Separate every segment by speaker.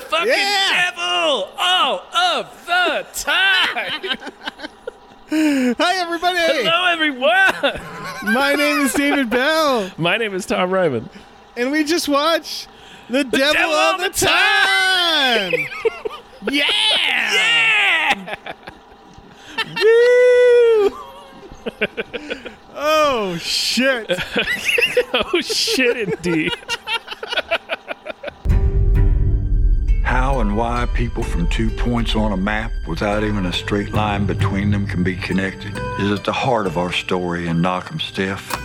Speaker 1: Fucking
Speaker 2: Yeah!
Speaker 1: devil! All of the time!
Speaker 2: Hi, everybody.
Speaker 1: Hello, everyone!
Speaker 2: My name is David Bell,
Speaker 1: My name is Tom Ryman.
Speaker 2: and we just watched The, Devil,
Speaker 1: Devil
Speaker 2: All
Speaker 1: All
Speaker 2: the,
Speaker 1: the
Speaker 2: Time. yeah.
Speaker 1: Yeah! Woo!
Speaker 2: Oh shit.
Speaker 1: Oh, shit, indeed.
Speaker 3: How and why people from two points on a map without even a straight line between them can be connected is at the heart of our story in Knock'em Stiff.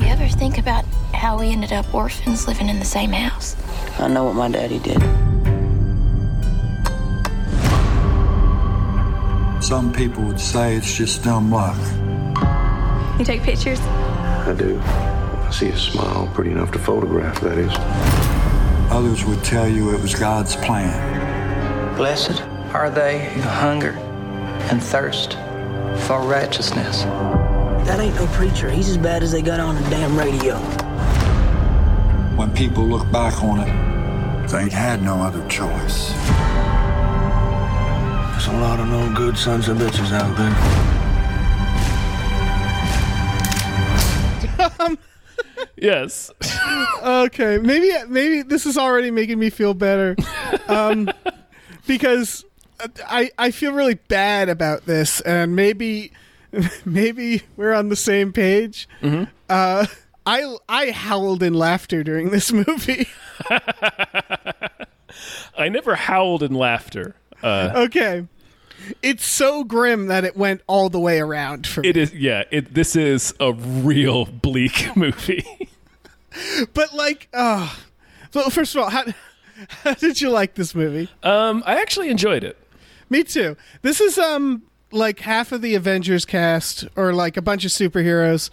Speaker 4: You ever think about how we ended up orphans living in the same house?
Speaker 5: I know what my daddy did.
Speaker 3: Some people would say it's just dumb luck.
Speaker 6: You take pictures?
Speaker 7: I do. I see a smile pretty enough to photograph, that is.
Speaker 3: Others would tell you it was God's plan.
Speaker 8: Blessed are they who hunger and thirst for righteousness.
Speaker 5: That ain't no preacher. He's as bad as they got on the damn radio.
Speaker 3: When people look back on it, they had no other choice.
Speaker 7: There's a lot of no good sons of bitches out there.
Speaker 1: Yes.
Speaker 2: Okay. Maybe maybe this is already making me feel better, um, because I I feel really bad about this, and maybe maybe we're on the same page.
Speaker 1: Mm-hmm.
Speaker 2: Uh, I I howled in laughter during this movie.
Speaker 1: I never howled in laughter. Uh,
Speaker 2: Okay. It's so grim that it went all the way around for me.
Speaker 1: it is, yeah, it, this is a real bleak movie.
Speaker 2: But like, uh, so first of all, how, how did you like this movie?
Speaker 1: Um, I actually enjoyed it.
Speaker 2: Me too. This is um like half of the Avengers cast, or like a bunch of superheroes,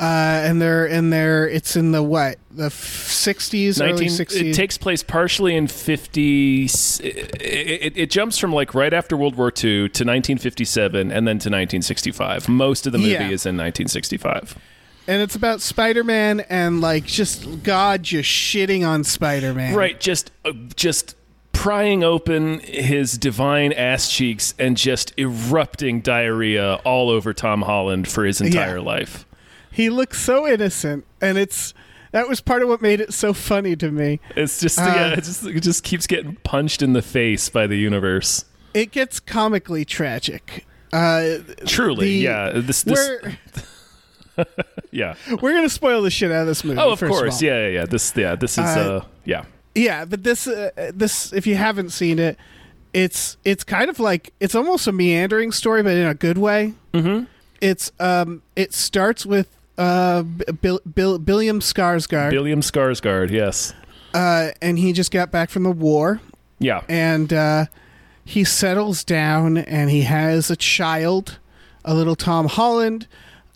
Speaker 2: uh, and they're in there. It's in the what the sixties, early
Speaker 1: 19, it
Speaker 2: sixties.
Speaker 1: takes place partially in 50 it, it, it jumps from like right after world war ii to 1957 and then to 1965 most of the movie
Speaker 2: Yeah.
Speaker 1: is in 1965
Speaker 2: and it's about Spider Man and like just God just shitting on Spider Man.
Speaker 1: right just uh, just prying open his divine ass cheeks and just erupting diarrhea all over tom holland for his entire life
Speaker 2: He looks so innocent, and it's that was part of what made it so funny to me.
Speaker 1: it's
Speaker 2: Uh,
Speaker 1: just yeah it just, it just keeps getting punched in the face by the universe
Speaker 2: It gets comically tragic. Uh,
Speaker 1: truly
Speaker 2: the-
Speaker 1: yeah this, this
Speaker 2: we're
Speaker 1: yeah
Speaker 2: we're gonna spoil the shit out of this movie.
Speaker 1: oh of
Speaker 2: first
Speaker 1: course
Speaker 2: all.
Speaker 1: yeah yeah yeah this yeah this is uh yeah
Speaker 2: yeah. But this, uh, this, if you haven't seen it, it's it's kind of like it's almost a meandering story, but in a good way. Mm-hmm. It's um, it starts with uh, Bill, Bill, Billiam Skarsgård,
Speaker 1: Billiam Skarsgård, yes.
Speaker 2: uh, and he just got back from the war,
Speaker 1: Yeah.
Speaker 2: and uh, he settles down, and he has a child, a little Tom Holland.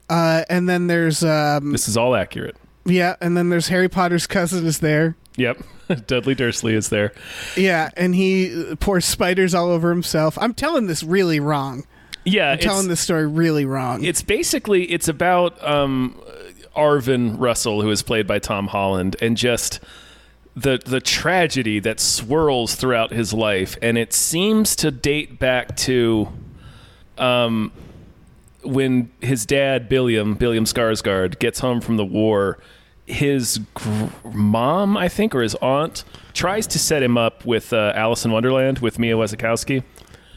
Speaker 2: Uh, and then there's um,
Speaker 1: this is all accurate.
Speaker 2: yeah, and then there's Harry Potter's cousin is there.
Speaker 1: Yep. Dudley Dursley is there.
Speaker 2: Yeah, and he uh, pours spiders all over himself. I'm telling this really wrong.
Speaker 1: Yeah, it's,
Speaker 2: telling this story really wrong.
Speaker 1: it's basically it's about um Arvin Russell who is played by Tom Holland and just the the tragedy that swirls throughout his life and it seems to date back to um, when his dad Billiam Billiam Skarsgård gets home from the war, his gr- mom, I think, or his aunt, tries to set him up with uh, Alice in Wonderland with Mia Wasikowska,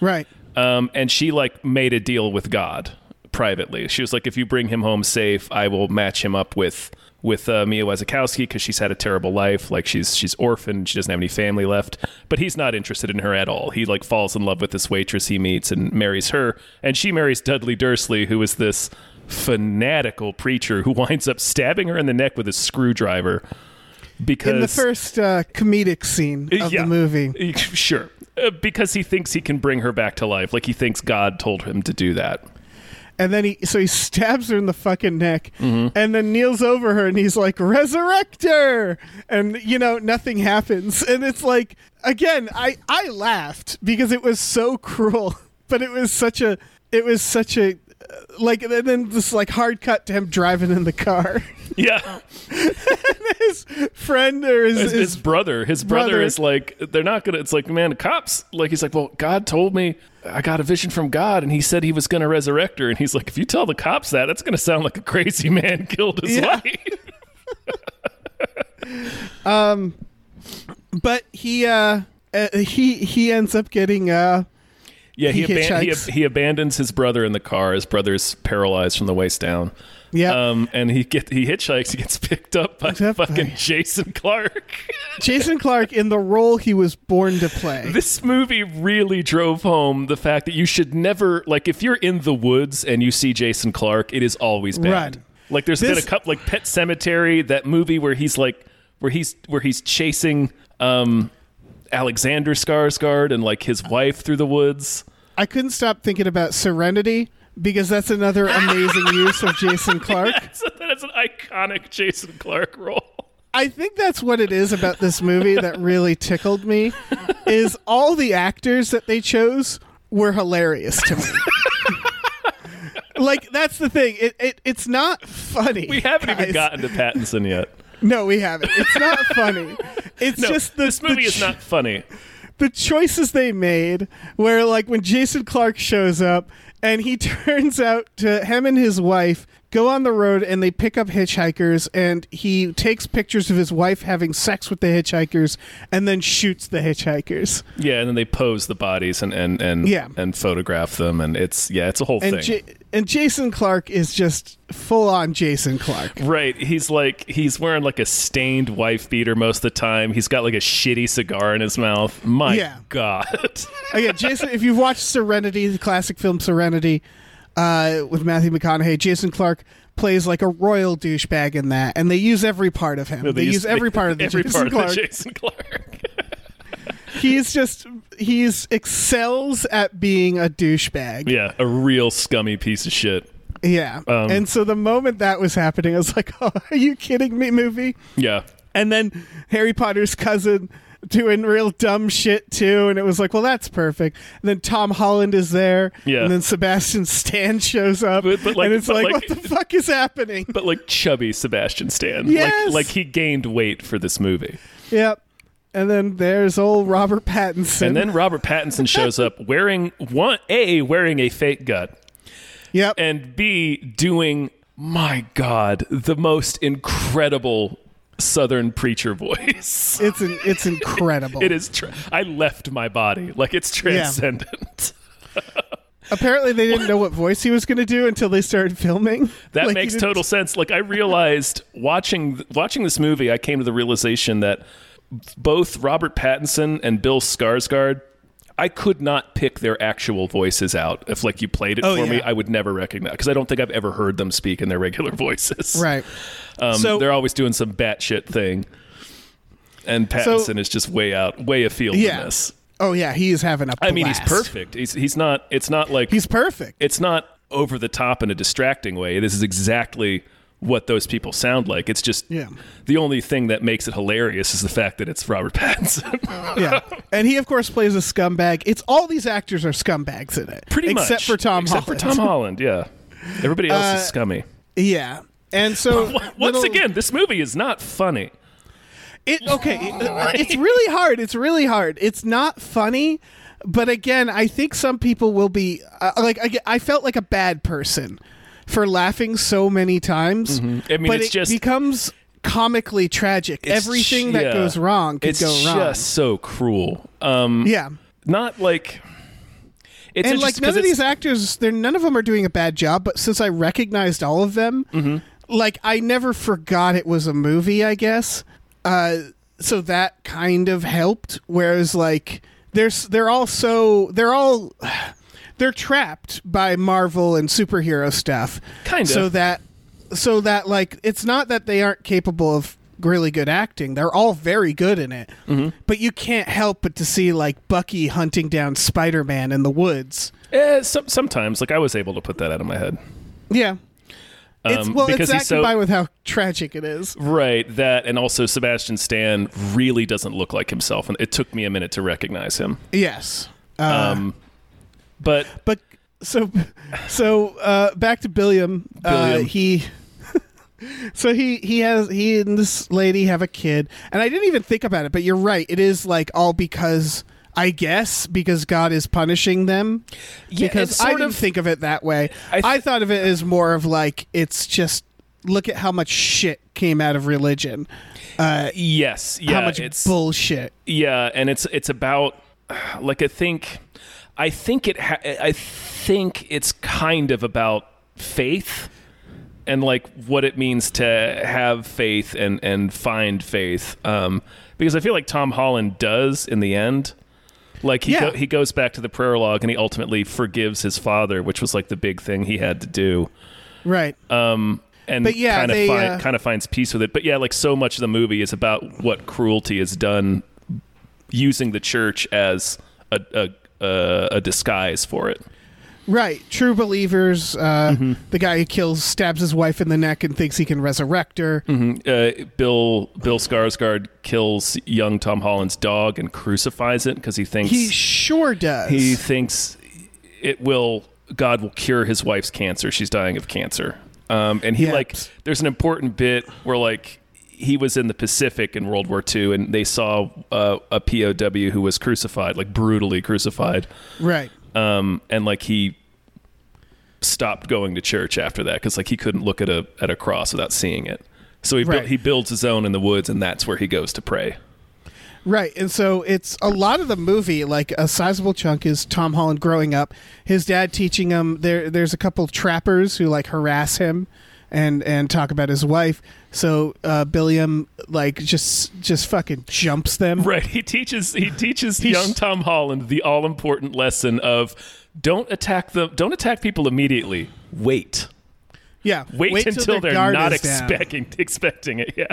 Speaker 2: right.
Speaker 1: um, and she like made a deal with God privately. She was like, "If you bring him home safe, I will match him up with." With uh, Mia Wasikowska because she's had a terrible life, like she's she's orphaned, she doesn't have any family left. But he's not interested in her at all. He like falls in love with this waitress he meets and marries her, and she marries Dudley Dursley, who is this fanatical preacher who winds up stabbing her in the neck with a screwdriver because
Speaker 2: In the first uh, comedic scene of
Speaker 1: Yeah.
Speaker 2: the movie.
Speaker 1: Sure. Uh, because he thinks he can bring her back to life. Like he thinks God told him to do that.
Speaker 2: and then he so he stabs her in the fucking neck and then kneels over her and he's like resurrect her and you know nothing happens and it's like again i i laughed because it was so cruel but it was such a it was such a uh, like and then this like hard cut to him driving in the car
Speaker 1: Yeah.
Speaker 2: his friend or his,
Speaker 1: His,
Speaker 2: his-
Speaker 1: his brother, his brother,
Speaker 2: brother.
Speaker 1: is like, they're not going to, it's like, man, cops. Like he's like, well, God told me I got a vision from God and he said he was going to resurrect her. And he's like, if you tell the cops that, that's going to sound like a crazy man killed his
Speaker 2: Yeah.
Speaker 1: wife.
Speaker 2: but he uh, uh he he ends up getting uh
Speaker 1: Yeah, he,
Speaker 2: He
Speaker 1: aban- he,
Speaker 2: hitchhikes.
Speaker 1: he abandons his brother in the car. His brother's paralyzed from the waist down.
Speaker 2: yeah
Speaker 1: Um, and he get he hitchhikes. He gets picked up by
Speaker 2: Picked up by-
Speaker 1: fucking Jason Clark.
Speaker 2: jason clark in the role he was born to play
Speaker 1: this movie really drove home the fact that you should never like if you're in the woods and you see Jason Clark, it is always bad.
Speaker 2: Run.
Speaker 1: Like there's been
Speaker 2: This-
Speaker 1: a couple like Pet Cemetery, that movie where he's like where he's where he's chasing um Alexander Skarsgård and like his wife through the woods.
Speaker 2: I couldn't stop thinking about Serenity because that's another amazing use of Jason Clark.
Speaker 1: So that's an iconic Jason Clark role.
Speaker 2: I think that's what it is about this movie that really tickled me is all the actors that they chose were hilarious to me. like that's the thing. It, it it's not funny.
Speaker 1: We haven't even
Speaker 2: guys.
Speaker 1: gotten to Pattinson yet.
Speaker 2: No, we haven't. It's not funny. It's
Speaker 1: No,
Speaker 2: just the,
Speaker 1: this movie
Speaker 2: the
Speaker 1: is
Speaker 2: ch-
Speaker 1: not funny.
Speaker 2: the choices they made where like when jason clark shows up and he turns out to him and his wife go on the road and they pick up hitchhikers and he takes pictures of his wife having sex with the hitchhikers and then shoots the hitchhikers
Speaker 1: Yeah, and then they pose the bodies and and and
Speaker 2: Yeah.
Speaker 1: and photograph them, and it's yeah, it's a whole
Speaker 2: and
Speaker 1: thing.
Speaker 2: J- and jason clark is just full on jason clark
Speaker 1: Right, he's like he's wearing like a stained wife beater most of the time. He's got like a shitty cigar in his mouth. My
Speaker 2: Yeah.
Speaker 1: God,
Speaker 2: Again, Jason, if you've watched Serenity, the classic film Serenity, uh, with Matthew McConaughey, Jason Clark plays like a royal douchebag in that, and they use every part of him. They, use, every part of the
Speaker 1: every
Speaker 2: Jason
Speaker 1: part
Speaker 2: Clark.
Speaker 1: Of the Jason Clark.
Speaker 2: he's just he's excels at being a douchebag.
Speaker 1: yeah, a real scummy piece of shit.
Speaker 2: Yeah.
Speaker 1: Um,
Speaker 2: and so the moment that was happening, I was like, "Oh, are you kidding me, movie?"
Speaker 1: Yeah,
Speaker 2: And then Harry Potter's cousin doing real dumb shit too, and it was like, well, that's perfect. And then Tom Holland is there,
Speaker 1: Yeah.
Speaker 2: and then Sebastian Stan shows up,
Speaker 1: But- but like-
Speaker 2: and it's
Speaker 1: but
Speaker 2: like,
Speaker 1: like-
Speaker 2: what the fuck is happening?
Speaker 1: but like chubby Sebastian Stan.
Speaker 2: Yes!
Speaker 1: Like, like he gained weight for this movie.
Speaker 2: yep. And then there's old Robert Pattinson.
Speaker 1: And then Robert Pattinson shows up wearing one a wearing a fake gut
Speaker 2: yep,
Speaker 1: and b doing my god the most incredible southern preacher voice.
Speaker 2: it's an, it's incredible.
Speaker 1: It is tra- I left my body like it's transcendent.
Speaker 2: Apparently, they didn't know what voice he was going to do until they started filming.
Speaker 1: That
Speaker 2: Like, he
Speaker 1: makes
Speaker 2: didn't-
Speaker 1: total sense. Like I realized watching watching this movie I came to the realization that both Robert Pattinson and Bill Skarsgård I could not pick their actual voices out. If like you played it
Speaker 2: Oh,
Speaker 1: for me,
Speaker 2: yeah.
Speaker 1: I would never recognize because I don't think I've ever heard them speak in their regular voices.
Speaker 2: right.
Speaker 1: Um,
Speaker 2: So-
Speaker 1: they're always doing some batshit thing, and Pattinson is just way out, way afield
Speaker 2: Yeah.
Speaker 1: in this.
Speaker 2: Oh yeah, he is having a.
Speaker 1: I mean, he's
Speaker 2: blast.
Speaker 1: perfect. He's he's not. It's not like
Speaker 2: He's perfect.
Speaker 1: It's not over the top in a distracting way. This is exactly what those people sound like. It's just
Speaker 2: Yeah.
Speaker 1: the only thing that makes it hilarious is the fact that it's Robert Pattinson.
Speaker 2: yeah. And he, of course, plays a scumbag. It's all these actors are scumbags in it.
Speaker 1: Pretty much,
Speaker 2: Except for Tom
Speaker 1: except
Speaker 2: Holland.
Speaker 1: for Tom Holland, yeah. Everybody else
Speaker 2: Uh,
Speaker 1: is scummy.
Speaker 2: yeah. And so.
Speaker 1: Once
Speaker 2: little-
Speaker 1: again, this movie is not funny.
Speaker 2: It, okay. it- it's really hard. It's really hard. It's not funny. But again, I think some people will be. Uh, like, I, I felt like a bad person for laughing so many times.
Speaker 1: Mm-hmm. I mean,
Speaker 2: but
Speaker 1: it's
Speaker 2: it
Speaker 1: just-
Speaker 2: becomes comically tragic.
Speaker 1: It's
Speaker 2: Everything
Speaker 1: ju-
Speaker 2: that
Speaker 1: yeah.
Speaker 2: goes wrong could
Speaker 1: it's
Speaker 2: go wrong.
Speaker 1: just so cruel. Um,
Speaker 2: yeah.
Speaker 1: not like it's
Speaker 2: and like
Speaker 1: interesting
Speaker 2: none
Speaker 1: 'cause
Speaker 2: of
Speaker 1: it's-
Speaker 2: these actors they're none of them are doing a bad job but since i recognized all of them
Speaker 1: Mm-hmm.
Speaker 2: like i never forgot it was a movie i guess uh, so that kind of helped whereas like there's they're all so they're all they're trapped by marvel and superhero stuff
Speaker 1: Kind of.
Speaker 2: so that so that like it's not that they aren't capable of really good acting. They're all very good in it.
Speaker 1: Mm-hmm.
Speaker 2: But you can't help but to see like Bucky hunting down Spider Man in the woods.
Speaker 1: Eh, some, sometimes, like I was able to put that out of my head.
Speaker 2: Yeah. It's,
Speaker 1: Um,
Speaker 2: well, it's
Speaker 1: because
Speaker 2: that
Speaker 1: he's so-
Speaker 2: combined with how tragic it is.
Speaker 1: Right, that, and also Sebastian Stan really doesn't look like himself, and it took me a minute to recognize him.
Speaker 2: Yes.
Speaker 1: But
Speaker 2: but so so uh back to Billiam. Uh,
Speaker 1: Billiam.
Speaker 2: he so he he has he and this lady have a kid, and I didn't even think about it, but you're right. It is like all because I guess because God is punishing them.
Speaker 1: Yeah,
Speaker 2: because
Speaker 1: it's
Speaker 2: I
Speaker 1: sort
Speaker 2: didn't
Speaker 1: of-
Speaker 2: think of it that way. I,
Speaker 1: I th-
Speaker 2: thought of it as more of like it's just look at how much shit came out of religion.
Speaker 1: yes, yeah,
Speaker 2: how much
Speaker 1: it's
Speaker 2: bullshit.
Speaker 1: yeah, and it's it's about like I think, I think it, ha- I think it's kind of about faith and like what it means to have faith and and find faith, um, because I feel like Tom Holland does in the end. Like he go,
Speaker 2: Yeah.
Speaker 1: he goes back to the prayer log and he ultimately forgives his father, which was like the big thing he had to do.
Speaker 2: Right.
Speaker 1: and
Speaker 2: But yeah,
Speaker 1: kind of
Speaker 2: they,
Speaker 1: find,
Speaker 2: uh,
Speaker 1: kind of finds peace with it. But yeah, like so much of the movie is about what cruelty has done, using the church as a a, a, a disguise for it.
Speaker 2: Right, true believers. Uh, The guy who kills stabs his wife in the neck and thinks he can resurrect her.
Speaker 1: Uh, Bill Bill Skarsgård kills young Tom Holland's dog and crucifies it because he thinks
Speaker 2: He sure does.
Speaker 1: he thinks it will God will cure his wife's cancer. She's dying of cancer. Um, and he
Speaker 2: Yeah.
Speaker 1: like there's an important bit where like he was in the Pacific in World War II and they saw uh, a POW who was crucified, like brutally crucified.
Speaker 2: right.
Speaker 1: Um, and like he stopped going to church after that because like he couldn't look at a at a cross without seeing it. So he buil-
Speaker 2: Right.
Speaker 1: he builds his own in the woods and that's where he goes to pray.
Speaker 2: Right. And so it's a lot of the movie, like a sizable chunk is Tom Holland growing up, his dad teaching him there there's a couple trappers who like harass him and and talk about his wife. So uh Billiam like just just fucking jumps them.
Speaker 1: Right. He teaches he teaches young Tom Holland the all important lesson of don't attack them don't attack people immediately. Wait.
Speaker 2: Yeah.
Speaker 1: Wait,
Speaker 2: till
Speaker 1: until
Speaker 2: their
Speaker 1: they're
Speaker 2: guard
Speaker 1: not
Speaker 2: is down.
Speaker 1: expecting expecting it. Yeah.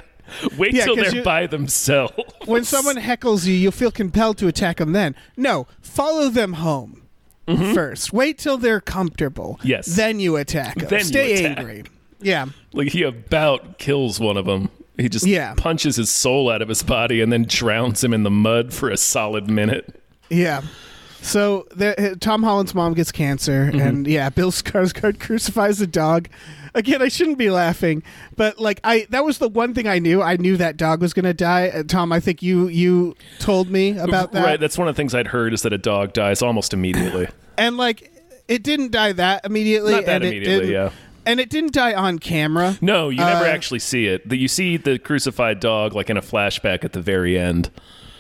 Speaker 1: Wait
Speaker 2: Yeah,
Speaker 1: till
Speaker 2: 'cause
Speaker 1: they're
Speaker 2: you-
Speaker 1: by themselves.
Speaker 2: when someone heckles you, you'll feel compelled to attack them then. No, follow them home first. Wait till they're comfortable.
Speaker 1: Mm-hmm. Yes.
Speaker 2: Then you attack 'em.
Speaker 1: Then you
Speaker 2: Stay
Speaker 1: attack.
Speaker 2: angry. Yeah.
Speaker 1: like he about kills one of them. He just
Speaker 2: Yeah.
Speaker 1: punches his soul out of his body and then drowns him in the mud for a solid minute.
Speaker 2: Yeah. So the, uh, Tom Holland's mom gets cancer,
Speaker 1: Mm-hmm.
Speaker 2: and yeah, Bill Skarsgård crucifies a dog. Again, I shouldn't be laughing, but like I, that was the one thing I knew. I knew that dog was gonna die. Uh, Tom, I think you you told me about that,
Speaker 1: Right, that's one of the things I'd heard is that a dog dies almost immediately.
Speaker 2: and like it didn't die that immediately.
Speaker 1: Not that
Speaker 2: and it
Speaker 1: immediately,
Speaker 2: didn't-
Speaker 1: yeah.
Speaker 2: And it didn't die on camera.
Speaker 1: No, you never
Speaker 2: Uh,
Speaker 1: actually see it. The- You see the crucified dog like in a flashback at the very end.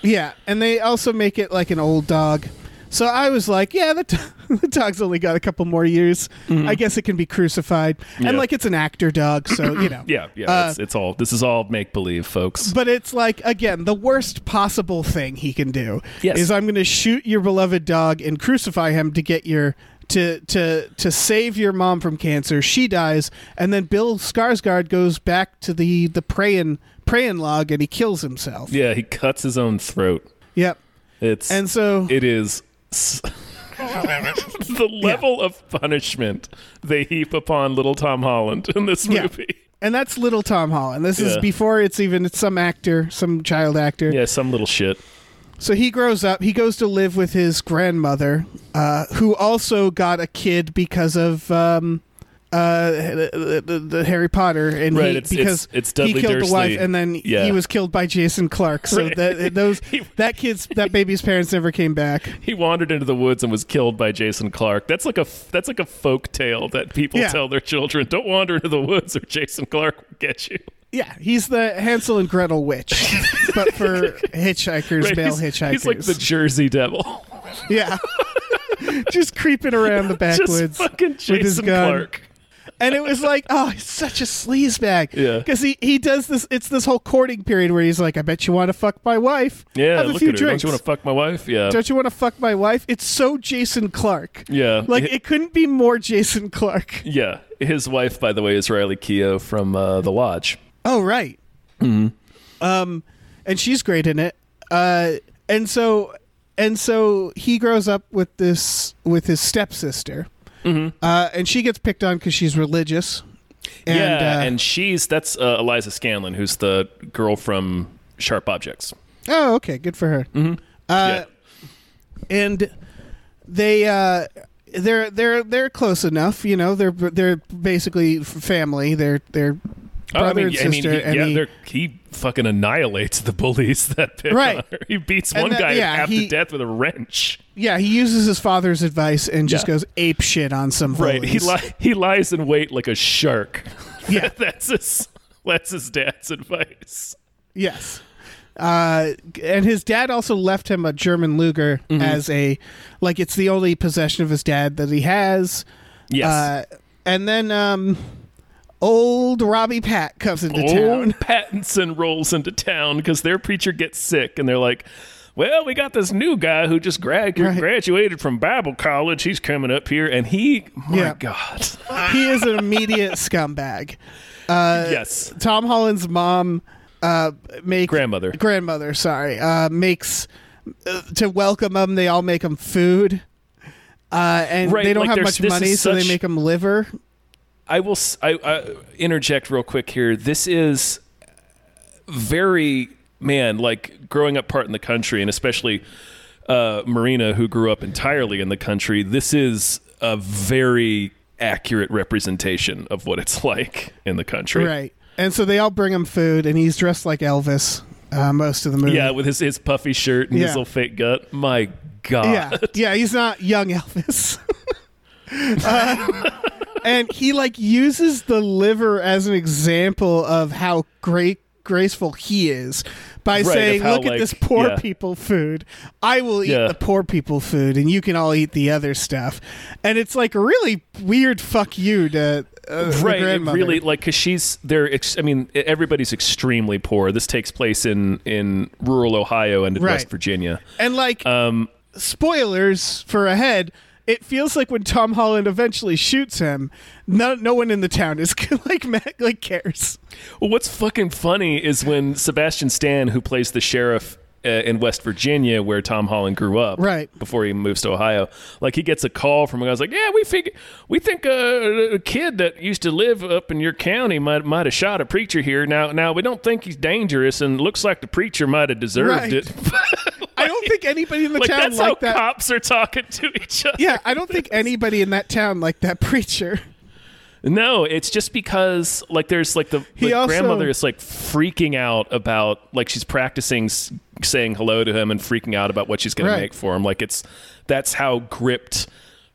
Speaker 2: Yeah, and they also make it like an old dog. So I was like, yeah, the, t- the dog's only got a couple more years. I guess it can be crucified.
Speaker 1: Mm-hmm. Yeah.
Speaker 2: And like it's an actor dog, so you know. Uh,
Speaker 1: Yeah, yeah. it's, it's all. This is all make believe, folks.
Speaker 2: But it's like again, the worst possible thing he can do
Speaker 1: Yes.
Speaker 2: is I'm going to shoot your beloved dog and crucify him to get your to to to save your mom from cancer. She dies, and then Bill Skarsgård goes back to the the praying praying log and he kills himself.
Speaker 1: yeah, he cuts his own throat.
Speaker 2: Yep.
Speaker 1: It's
Speaker 2: And so
Speaker 1: it is s- the level of punishment they heap upon little Tom Holland in this
Speaker 2: Yeah.
Speaker 1: movie.
Speaker 2: And that's little Tom Holland. This is
Speaker 1: Yeah.
Speaker 2: before it's even it's some actor, some child actor.
Speaker 1: Yeah. some little shit.
Speaker 2: So he grows up. He goes to live with his grandmother, uh, who also got a kid because of um, uh, the, the, the Harry Potter, and
Speaker 1: Right,
Speaker 2: he,
Speaker 1: it's-
Speaker 2: because
Speaker 1: it's- it's Dudley
Speaker 2: he killed the wife,
Speaker 1: Dursley.
Speaker 2: and then
Speaker 1: Yeah.
Speaker 2: he was killed by Jason Clark. So
Speaker 1: Right.
Speaker 2: that those
Speaker 1: He-
Speaker 2: that kid's that baby's parents never came back.
Speaker 1: He wandered into the woods and was killed by Jason Clark. That's like a f- that's like a folk tale that people
Speaker 2: Yeah.
Speaker 1: tell their children. Don't wander into the woods or Jason Clark will get you.
Speaker 2: Yeah, he's the Hansel and Gretel witch, but for hitchhikers,
Speaker 1: Right,
Speaker 2: male
Speaker 1: he's,
Speaker 2: hitchhikers.
Speaker 1: he's like the Jersey Devil.
Speaker 2: yeah. Just creeping around the backwoods.
Speaker 1: Just fucking
Speaker 2: his
Speaker 1: Jason
Speaker 2: gun.
Speaker 1: Clark.
Speaker 2: and it was like, oh, he's such a sleaze bag.
Speaker 1: Yeah.
Speaker 2: Because he, he does this, it's this whole courting period where he's like, I bet you want to fuck my wife.
Speaker 1: Yeah,
Speaker 2: Have a
Speaker 1: look
Speaker 2: few
Speaker 1: at her.
Speaker 2: drinks.
Speaker 1: Don't you want to fuck my wife? Yeah.
Speaker 2: Don't you want to fuck my wife? It's so Jason Clark.
Speaker 1: Yeah.
Speaker 2: Like,
Speaker 1: It-
Speaker 2: it couldn't be more Jason Clark.
Speaker 1: Yeah, his wife, by the way, is Riley Keough from uh, The Lodge.
Speaker 2: Oh, right. um, and she's great in it. Uh, and so, and so he grows up with this with his stepsister,
Speaker 1: Mm-hmm.
Speaker 2: uh, and she gets picked on because she's religious. And,
Speaker 1: yeah,
Speaker 2: uh,
Speaker 1: and she's that's uh, Eliza Scanlon, who's the girl from Sharp Objects.
Speaker 2: oh, okay, good for her.
Speaker 1: Uh,
Speaker 2: and they uh they're they're they're close enough you know they're they're basically f- family they're they're brother
Speaker 1: Oh, I mean,
Speaker 2: and
Speaker 1: I mean,
Speaker 2: sister
Speaker 1: he,
Speaker 2: and
Speaker 1: yeah,
Speaker 2: he-
Speaker 1: they're- he fucking annihilates the bullies that pick
Speaker 2: Right.
Speaker 1: on her. He beats
Speaker 2: And
Speaker 1: one
Speaker 2: that-
Speaker 1: guy
Speaker 2: yeah,
Speaker 1: half
Speaker 2: he-
Speaker 1: to death with a wrench.
Speaker 2: yeah he uses his father's advice and just
Speaker 1: Yeah.
Speaker 2: goes ape shit on some
Speaker 1: Right. He
Speaker 2: bullies.
Speaker 1: li- he lies in wait like a shark.
Speaker 2: Yeah.
Speaker 1: that's his that's his dad's advice.
Speaker 2: yes uh and his dad also left him a german luger
Speaker 1: Mm-hmm.
Speaker 2: as a like it's the only possession of his dad that he has
Speaker 1: Yes.
Speaker 2: uh and then um old robbie pat comes into town
Speaker 1: Old Pattinson rolls into town because their preacher gets sick, and they're like, "Well, we got this new guy who just grad-
Speaker 2: Right.
Speaker 1: graduated from Bible college. He's coming up here, and he, my
Speaker 2: Yeah.
Speaker 1: God,
Speaker 2: he is an immediate scumbag Uh,
Speaker 1: yes,
Speaker 2: Tom Holland's mom uh make
Speaker 1: grandmother,
Speaker 2: grandmother, sorry, uh makes uh, to welcome them they all make them food. Uh, and
Speaker 1: Right,
Speaker 2: they don't
Speaker 1: like,
Speaker 2: have
Speaker 1: there's-
Speaker 2: much
Speaker 1: this
Speaker 2: money
Speaker 1: is
Speaker 2: so they
Speaker 1: such-
Speaker 2: make them liver.
Speaker 1: I will s- I, I interject real quick here. This is very man like growing up part in the country, and especially uh, Marina, who grew up entirely in the country. This is a very accurate representation of what it's like in the country.
Speaker 2: Right. And so they all bring him food and he's dressed like Elvis uh, most of the movie.
Speaker 1: Yeah, with his, his puffy shirt and his
Speaker 2: Yeah.
Speaker 1: little fake gut. My God.
Speaker 2: yeah, yeah. He's not young Elvis. Uh, and he like uses the liver as an example of how great graceful he is by
Speaker 1: Right, of
Speaker 2: saying,
Speaker 1: how,
Speaker 2: "Look at
Speaker 1: like,
Speaker 2: this poor
Speaker 1: yeah.
Speaker 2: people food. I will eat
Speaker 1: Yeah.
Speaker 2: the poor people food, and you can all eat the other stuff." And it's like a really weird fuck you to uh, the
Speaker 1: Right, it
Speaker 2: grandmother.
Speaker 1: really, like, because she's they're. Ex- I mean, e- everybody's extremely poor. This takes place in in rural Ohio and in
Speaker 2: Right.
Speaker 1: West Virginia.
Speaker 2: And like
Speaker 1: Um,
Speaker 2: spoilers for ahead, it feels like when Tom Holland eventually shoots him, no, no one in the town is like ma- like cares.
Speaker 1: Well, what's fucking funny is when Sebastian Stan, who plays the sheriff uh, in West Virginia, where Tom Holland grew up,
Speaker 2: Right.
Speaker 1: before he moves to Ohio, like he gets a call from a guy's like, "Yeah, we fig- we think a, a kid that used to live up in your county might might have shot a preacher here. Now, now we don't think he's dangerous, and looks like the preacher might have deserved
Speaker 2: Right.
Speaker 1: it."
Speaker 2: I don't think anybody in the
Speaker 1: like
Speaker 2: town
Speaker 1: that's how
Speaker 2: like that.
Speaker 1: cops are talking to each other.
Speaker 2: yeah, I don't think anybody in that town like that preacher.
Speaker 1: No, it's just because like there's like the,
Speaker 2: He
Speaker 1: the
Speaker 2: also-
Speaker 1: grandmother is like freaking out about like she's practicing s- saying hello to him and freaking out about what she's going
Speaker 2: Right.
Speaker 1: to make for him. Like it's that's how gripped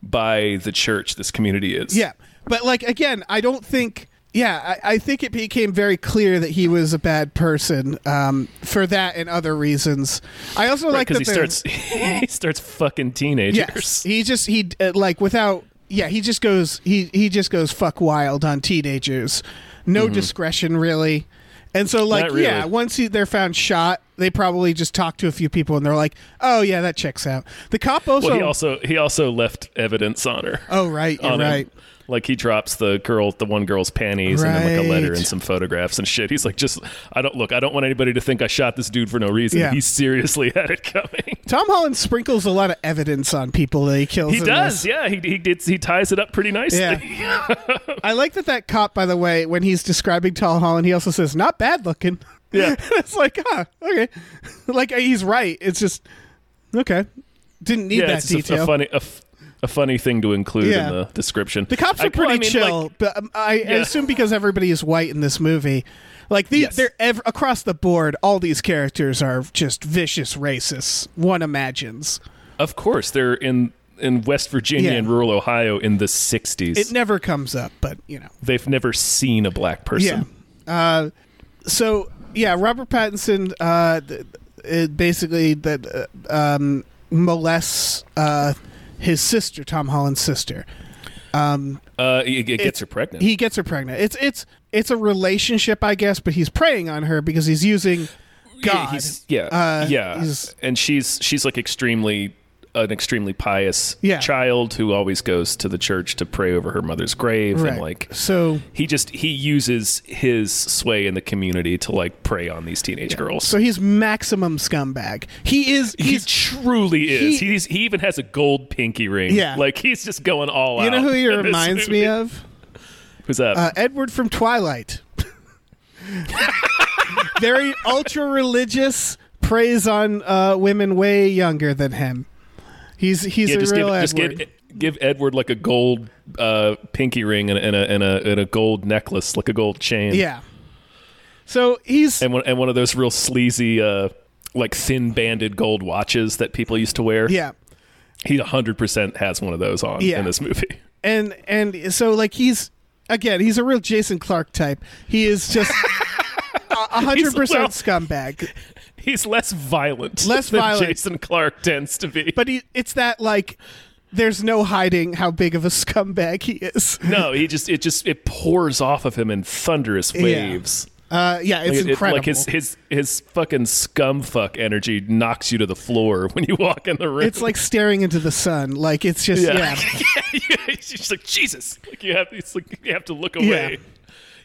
Speaker 1: by the church this community is.
Speaker 2: Yeah, but like again, I don't think. Yeah, I, I think it became very clear that he was a bad person um, for that and other reasons. I also like
Speaker 1: because
Speaker 2: that
Speaker 1: he
Speaker 2: there's-
Speaker 1: starts he starts fucking teenagers.
Speaker 2: Yes, he just he uh, like without yeah he just goes he he just goes fuck wild on teenagers, no discretion really, and so like
Speaker 1: Mm-hmm. Not really.
Speaker 2: yeah once he, they're found shot they probably just talk to a few people and they're like oh yeah that checks out the cop also,
Speaker 1: Well, he also he also left evidence on her.
Speaker 2: oh right you're
Speaker 1: on him.
Speaker 2: right
Speaker 1: Like he drops the girl, the one girl's panties, and then like a letter
Speaker 2: Right.
Speaker 1: and some photographs and shit. He's like, just I don't look. I don't want anybody to think I shot this dude for no reason.
Speaker 2: Yeah.
Speaker 1: He seriously had it coming.
Speaker 2: Tom Holland sprinkles a lot of evidence on people that he kills
Speaker 1: he
Speaker 2: in
Speaker 1: does,
Speaker 2: this.
Speaker 1: yeah. He he did, he ties it up pretty nicely.
Speaker 2: Yeah. I like that that cop by the way when he's describing Tom Holland he also says not bad looking
Speaker 1: yeah.
Speaker 2: it's like, huh, okay. like uh, he's right. It's just okay. Didn't need
Speaker 1: Yeah,
Speaker 2: that
Speaker 1: it's just a-
Speaker 2: detail.
Speaker 1: a funny a, f- a funny thing to include
Speaker 2: Yeah.
Speaker 1: in the description.
Speaker 2: the cops are
Speaker 1: I- well,
Speaker 2: pretty
Speaker 1: I mean,
Speaker 2: chill,
Speaker 1: like-
Speaker 2: but um, I, I assume because everybody is white in this movie, like these,
Speaker 1: Yes.
Speaker 2: they're ev- across the board. All these characters are just vicious racists. One imagines
Speaker 1: of course, they're in in West Virginia
Speaker 2: Yeah.
Speaker 1: and rural Ohio in the '60s.
Speaker 2: it never comes up, but you know,
Speaker 1: They've never seen a black person.
Speaker 2: Yeah. Uh, so yeah, Robert Pattinson uh, th- it basically that uh, um, molests uh, his sister, Tom Holland's sister.
Speaker 1: Uh, it, it gets her
Speaker 2: It's-
Speaker 1: pregnant.
Speaker 2: He gets her pregnant. It's it's it's a relationship, I guess, but he's preying on her because he's using God.
Speaker 1: Yeah, he's, yeah,
Speaker 2: Uh,
Speaker 1: yeah.
Speaker 2: he's-
Speaker 1: and she's she's like extremely an extremely pious
Speaker 2: Yeah.
Speaker 1: child who always goes to the church to pray over her mother's grave
Speaker 2: Right.
Speaker 1: and like
Speaker 2: so
Speaker 1: he just he uses his sway in the community to like prey on these teenage girls.
Speaker 2: so he's maximum scumbag. He is
Speaker 1: he
Speaker 2: he's
Speaker 1: truly is.
Speaker 2: he-
Speaker 1: he's, he even has a gold pinky ring.
Speaker 2: Yeah.
Speaker 1: like he's just going all out.
Speaker 2: you know who he
Speaker 1: in this
Speaker 2: reminds me
Speaker 1: movie.
Speaker 2: of?
Speaker 1: Who's that?
Speaker 2: Uh, Edward from Twilight. Very ultra religious, preys on uh, women way younger than him. He's he's
Speaker 1: yeah,
Speaker 2: a
Speaker 1: just give
Speaker 2: real
Speaker 1: just
Speaker 2: Edward.
Speaker 1: give give Edward like a gold uh, pinky ring and, and a and a and a gold necklace, like a gold chain.
Speaker 2: yeah. So he's
Speaker 1: and one and one of those real sleazy. Uh, like thin banded gold watches that people used to wear.
Speaker 2: yeah.
Speaker 1: He 100% has one of those on
Speaker 2: Yeah.
Speaker 1: in this movie.
Speaker 2: and and so like he's again he's a real jason clark type he is just a
Speaker 1: He's-
Speaker 2: hundred
Speaker 1: well-
Speaker 2: percent scumbag
Speaker 1: He's less violent
Speaker 2: Less
Speaker 1: than
Speaker 2: violent.
Speaker 1: Jason Clark tends to be.
Speaker 2: but he it's that like there's no hiding how big of a scumbag he is
Speaker 1: no, he just it just it pours off of him in thunderous waves.
Speaker 2: uh yeah it's
Speaker 1: It- it-
Speaker 2: incredible
Speaker 1: like his his his fucking scum fuck energy knocks you to the floor when you walk in the room.
Speaker 2: it's like staring into the sun like it's just yeah
Speaker 1: it's just like Jesus. Like you have it's like you have to look
Speaker 2: Yeah.
Speaker 1: away.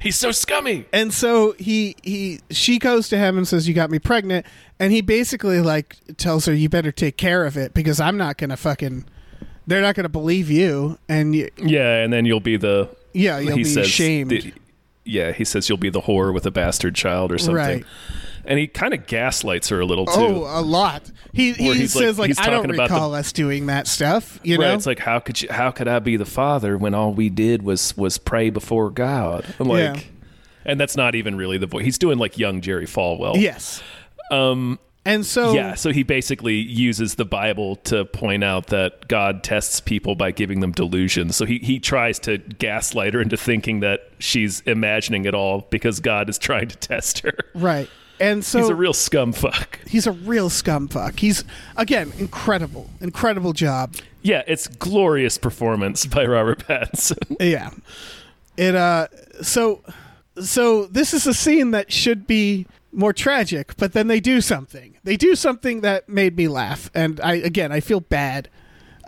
Speaker 1: He's so scummy.
Speaker 2: and so he he she goes to him and says you got me pregnant and he basically like tells her you better take care of it because i'm not gonna fucking they're not gonna believe you and you,
Speaker 1: Yeah, and then you'll be the
Speaker 2: yeah you'll
Speaker 1: he
Speaker 2: be
Speaker 1: says
Speaker 2: ashamed
Speaker 1: the- yeah, he says you'll be the whore with a bastard child or something.
Speaker 2: Right.
Speaker 1: And he kind of gaslights her a little too.
Speaker 2: Oh, a lot. He he
Speaker 1: Where he's like-
Speaker 2: says like,
Speaker 1: he's
Speaker 2: I don't
Speaker 1: talking about the-
Speaker 2: recall us doing that stuff. You
Speaker 1: right,
Speaker 2: know,
Speaker 1: it's like how could you how could I be the father when all we did was was pray before God? I'm like
Speaker 2: Yeah.
Speaker 1: and that's not even really the voice. He's doing like young Jerry Falwell.
Speaker 2: yes. Um, and so
Speaker 1: Yeah, so he basically uses the Bible to point out that God tests people by giving them delusions. So he, he tries to gaslight her into thinking that she's imagining it all because God is trying to test her.
Speaker 2: right, and so
Speaker 1: He's a real scum fuck.
Speaker 2: he's a real scumfuck. He's again incredible, incredible job.
Speaker 1: Yeah, it's glorious performance by Robert Pattinson.
Speaker 2: Yeah, it uh, so so this is a scene that should be more tragic, but then they do something. They do something that made me laugh, and I again I feel bad.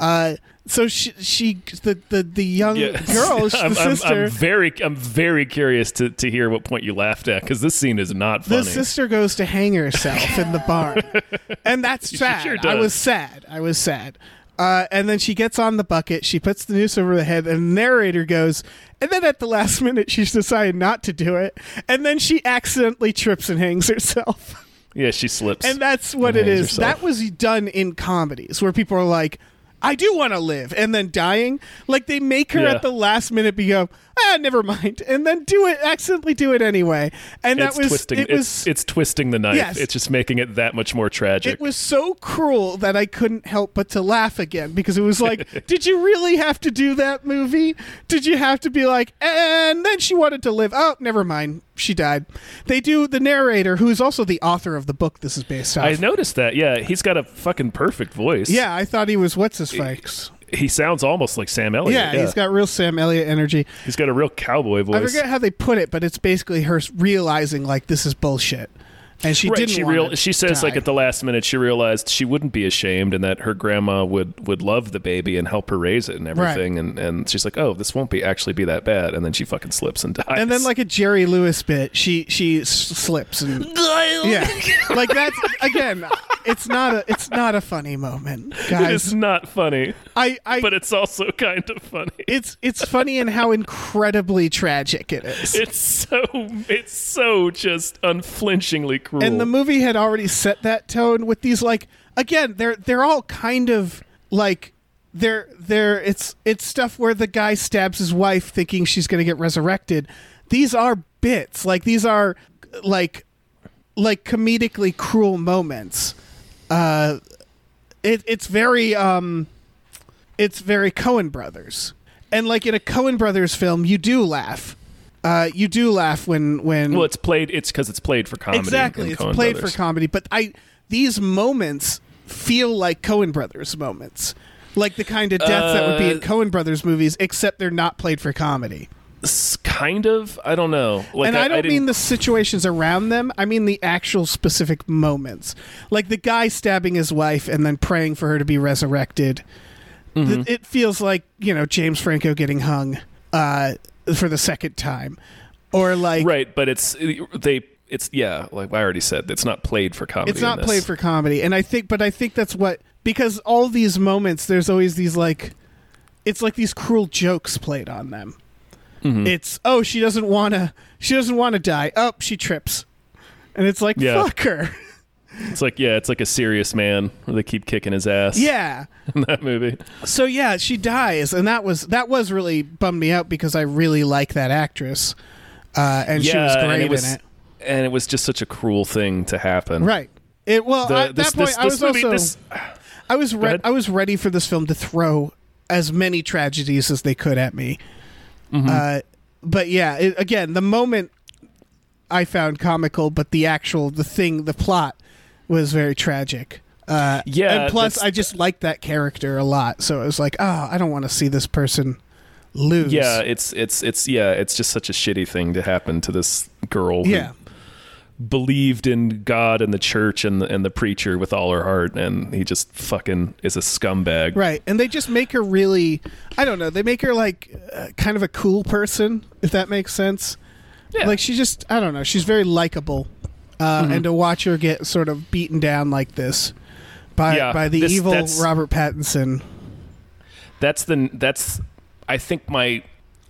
Speaker 2: Uh, so she, she the, the the young
Speaker 1: Yes.
Speaker 2: girl, the
Speaker 1: I'm, I'm- I'm
Speaker 2: sister.
Speaker 1: very, I'm very curious to, to hear what point you laughed at because this scene is not funny.
Speaker 2: The sister goes to hang herself in the barn, and that's sad.
Speaker 1: sure
Speaker 2: I
Speaker 1: does.
Speaker 2: was sad. I was sad. Uh, and then she gets on the bucket. She puts the noose over the head, and the narrator goes. And then at the last minute, she's decided not to do it, and then she accidentally trips and hangs herself.
Speaker 1: yeah, she slips.
Speaker 2: And that's what
Speaker 1: And
Speaker 2: it
Speaker 1: hangs
Speaker 2: is.
Speaker 1: herself.
Speaker 2: That was done in comedies where people are like, "I do want to live," and then dying. Like they make her
Speaker 1: Yeah.
Speaker 2: at the last minute be go, "Ah, never mind," and then do it accidentally do it anyway. And
Speaker 1: it's
Speaker 2: that was
Speaker 1: twisting.
Speaker 2: it
Speaker 1: it's,
Speaker 2: was
Speaker 1: it's twisting the knife.
Speaker 2: Yes.
Speaker 1: It's just making it that much more tragic.
Speaker 2: It was so cruel that I couldn't help but to laugh again because it was like, did you really have to do that movie? Did you have to be like, and then she wanted to live? Oh, never mind. She died. They do the narrator, who is also the author of the book this is based on.
Speaker 1: I noticed that. Yeah, he's got a fucking perfect voice.
Speaker 2: Yeah, I thought he was what's his face.
Speaker 1: he oh, sounds almost like Sam Elliott.
Speaker 2: Yeah, he's got real Sam Elliott energy.
Speaker 1: he's got a real cowboy voice.
Speaker 2: I forget how they put it, but it's basically her realizing like this is bullshit, and she
Speaker 1: right,
Speaker 2: didn't.
Speaker 1: she
Speaker 2: want
Speaker 1: real.
Speaker 2: to
Speaker 1: She says like
Speaker 2: die.
Speaker 1: at the last minute, she realized she wouldn't be ashamed and that her grandma would would love the baby and help her raise it and everything. And and she's like, oh, this won't be actually be that bad. And then she fucking slips and dies.
Speaker 2: and then like a Jerry Lewis bit, she she s- slips and yeah, like that's again, it's not a it's not a funny moment,
Speaker 1: it is
Speaker 2: guys.
Speaker 1: not funny,
Speaker 2: I I
Speaker 1: but it's also kind of funny.
Speaker 2: it's it's funny in how incredibly tragic it is.
Speaker 1: It's so it's so just unflinchingly cruel.
Speaker 2: and the movie had already set that tone with these like again they're they're all kind of like they're they're it's it's stuff where the guy stabs his wife thinking she's going to get resurrected these are bits like these are like like comedically cruel moments uh it, it's very um it's very cohen brothers and like in a cohen brothers film you do laugh uh you do laugh when when
Speaker 1: well, it's played. It's because it's played for comedy.
Speaker 2: Exactly,
Speaker 1: in
Speaker 2: it's
Speaker 1: Coen
Speaker 2: played
Speaker 1: Brothers.
Speaker 2: for comedy, but I these moments feel like Cohen Brothers moments,
Speaker 1: Uh,
Speaker 2: like the kind of deaths that would be in Cohen Brothers movies, except they're not played for comedy.
Speaker 1: S- kind of. I don't know. Like,
Speaker 2: and I, don't
Speaker 1: didn't-
Speaker 2: mean the situations around them. I mean the actual specific moments, like the guy stabbing his wife and then praying for her to be resurrected. Th-
Speaker 1: Mm-hmm.
Speaker 2: It feels like you know James Franco getting hung uh, for the second time, or like
Speaker 1: right, but it's they. It's yeah. Like I already said, it's not played for comedy.
Speaker 2: it's
Speaker 1: in
Speaker 2: not
Speaker 1: this.
Speaker 2: played for comedy. And I think, but I think that's what because all these moments, there's always these like, it's like these cruel jokes played on them.
Speaker 1: Mm-hmm.
Speaker 2: It's oh she doesn't wanna she doesn't wanna die. Oh she trips, and it's like
Speaker 1: Yeah.
Speaker 2: fuck her.
Speaker 1: It's like yeah, it's like a serious man where they keep kicking his ass.
Speaker 2: Yeah.
Speaker 1: in that movie.
Speaker 2: So yeah, she dies, and that was that was really bummed me out because I really like that actress, uh, and she was great
Speaker 1: and it was,
Speaker 2: in it.
Speaker 1: and it was just such a cruel thing to happen.
Speaker 2: Right. It well
Speaker 1: The-
Speaker 2: at
Speaker 1: this,
Speaker 2: that point
Speaker 1: this,
Speaker 2: I was
Speaker 1: this movie,
Speaker 2: also
Speaker 1: this-
Speaker 2: I was re-
Speaker 1: ahead.
Speaker 2: I was ready for this film to throw as many tragedies as they could at me.
Speaker 1: Mm-hmm.
Speaker 2: Uh, but yeah, it, again, the moment I found comical, but the actual the thing the plot was very tragic. Uh,
Speaker 1: Yeah,
Speaker 2: and plus
Speaker 1: that's-
Speaker 2: I just liked that character a lot, so it was like, oh, I don't want to see this person lose.
Speaker 1: yeah, it's it's it's yeah, it's just such a shitty thing to happen to this girl. who
Speaker 2: yeah.
Speaker 1: believed in God and the church and the, and the preacher with all her heart, and he just fucking is a scumbag.
Speaker 2: Right, and they just make her really, I don't know, they make her like uh, kind of a cool person, if that makes sense.
Speaker 1: Yeah. Mm-hmm.
Speaker 2: Like she just, I don't know, she's very likable, uh, and to watch her get sort of beaten down like this by
Speaker 1: Yeah,
Speaker 2: by the
Speaker 1: this-
Speaker 2: evil
Speaker 1: that's-
Speaker 2: Robert Pattinson.
Speaker 1: that's the that's I think my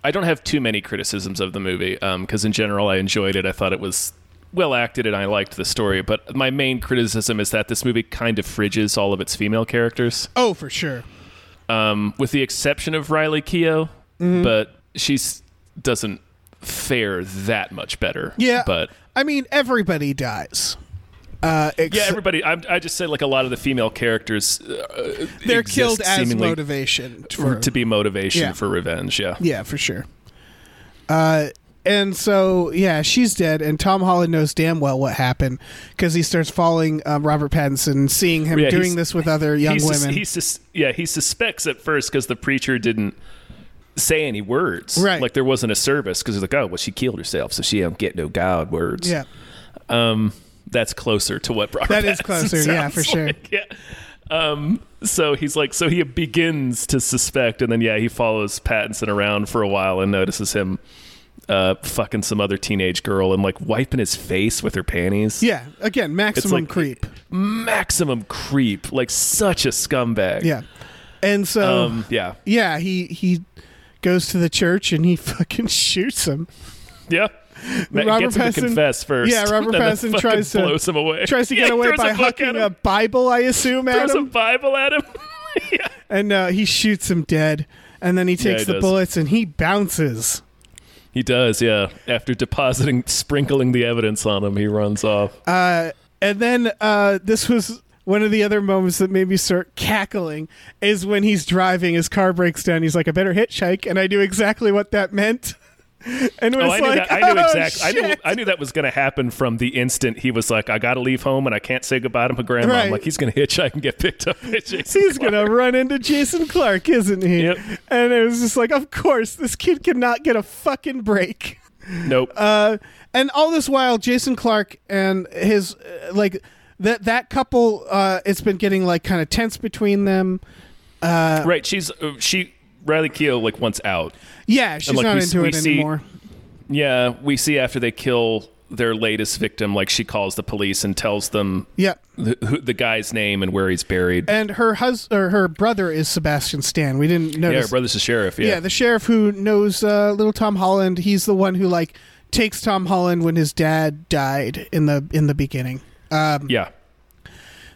Speaker 1: I don't have too many criticisms of the movie because in general I enjoyed it. I thought it was well acted and I liked the story. But my main criticism is that this movie kind of fridges all of its female characters,
Speaker 2: Oh, for sure.
Speaker 1: um, with the exception of Riley Keough, but she's doesn't fare that much better.
Speaker 2: Yeah,
Speaker 1: but.
Speaker 2: I mean, everybody dies. Uh, ex-
Speaker 1: Yeah, everybody. I'm, I just said like a lot of the female characters. Uh,
Speaker 2: they're
Speaker 1: exist
Speaker 2: killed as
Speaker 1: seemingly
Speaker 2: motivation
Speaker 1: for-
Speaker 2: for,
Speaker 1: to be motivation
Speaker 2: Yeah.
Speaker 1: for revenge. Yeah,
Speaker 2: Yeah, for sure. Uh, and so, yeah, she's dead, and Tom Holland knows damn well what happened because he starts following um, Robert Pattinson, seeing him
Speaker 1: Oh, Yeah,
Speaker 2: doing
Speaker 1: he's-
Speaker 2: this with other young
Speaker 1: he sus-
Speaker 2: women.
Speaker 1: he sus- yeah, he suspects at first because the preacher didn't say any words.
Speaker 2: Right.
Speaker 1: like there wasn't a service because he's like, oh, well, she killed herself, so she don't get no God words.
Speaker 2: yeah,
Speaker 1: that's closer to what Robert.
Speaker 2: That is
Speaker 1: Pattinson
Speaker 2: closer, yeah,
Speaker 1: sounds
Speaker 2: for sure.
Speaker 1: like, Yeah. Um. So he's like, so he begins to suspect, and then yeah, he follows Pattinson around for a while and notices him. Uh, fucking some other teenage girl and like wiping his face with her panties.
Speaker 2: yeah. Again, maximum
Speaker 1: like-
Speaker 2: creep.
Speaker 1: maximum creep, like such a scumbag.
Speaker 2: Yeah, and so,
Speaker 1: Um. Yeah.
Speaker 2: yeah, he he goes to the church and he fucking shoots him.
Speaker 1: Yeah. Matt
Speaker 2: Robert
Speaker 1: gets him to
Speaker 2: Pattinson-
Speaker 1: confess first.
Speaker 2: Yeah, Robert
Speaker 1: and then
Speaker 2: Pattinson
Speaker 1: fucking
Speaker 2: tries to-
Speaker 1: blows him away.
Speaker 2: Tries to
Speaker 1: Yeah, he
Speaker 2: get away
Speaker 1: throws
Speaker 2: by
Speaker 1: a book at
Speaker 2: hucking
Speaker 1: him,
Speaker 2: a Bible, I assume, at
Speaker 1: throws a
Speaker 2: him,
Speaker 1: Bible at him. yeah.
Speaker 2: and uh, he shoots him dead. And then he takes
Speaker 1: he
Speaker 2: the
Speaker 1: does.
Speaker 2: bullets and he bounces.
Speaker 1: He does, yeah. After depositing, sprinkling the evidence on him, he runs off.
Speaker 2: And then uh, this was one of the other moments that made me start cackling is when he's driving, his car breaks down. He's like, "I better hitchhike," and I knew exactly what that meant. And it
Speaker 1: oh,
Speaker 2: was
Speaker 1: I knew
Speaker 2: like,
Speaker 1: that. I knew
Speaker 2: "Oh,
Speaker 1: exactly. I knew.
Speaker 2: shit."
Speaker 1: I knew that was going to happen from the instant he was like, "I got to leave home and I can't say goodbye to my grandma."
Speaker 2: Right.
Speaker 1: I'm like, he's going to hitchhike and get picked up. by Jason
Speaker 2: He's
Speaker 1: Clarke.
Speaker 2: gonna run into Jason Clark, isn't he?
Speaker 1: Yep.
Speaker 2: And it was just like, of course, this kid cannot get a fucking break.
Speaker 1: Nope.
Speaker 2: Uh, and all this while, Jason Clark and his uh, like that that couple, uh, it's been getting like kind of tense between them.
Speaker 1: right. She's uh, she. Riley Keough like wants out.
Speaker 2: Yeah, she's
Speaker 1: like,
Speaker 2: not
Speaker 1: we s-
Speaker 2: into
Speaker 1: we
Speaker 2: it
Speaker 1: see-
Speaker 2: anymore.
Speaker 1: Yeah, we see after they kill their latest victim, like she calls the police and tells them
Speaker 2: Yep.
Speaker 1: the, who, the guy's name and where he's buried.
Speaker 2: and her hus or her brother is Sebastian Stan. We didn't
Speaker 1: yeah,
Speaker 2: notice.
Speaker 1: her brother's a sheriff. Yeah,
Speaker 2: yeah, the sheriff who knows uh, little Tom Holland. He's the one who like takes Tom Holland when his dad died in the in the beginning.
Speaker 1: yeah,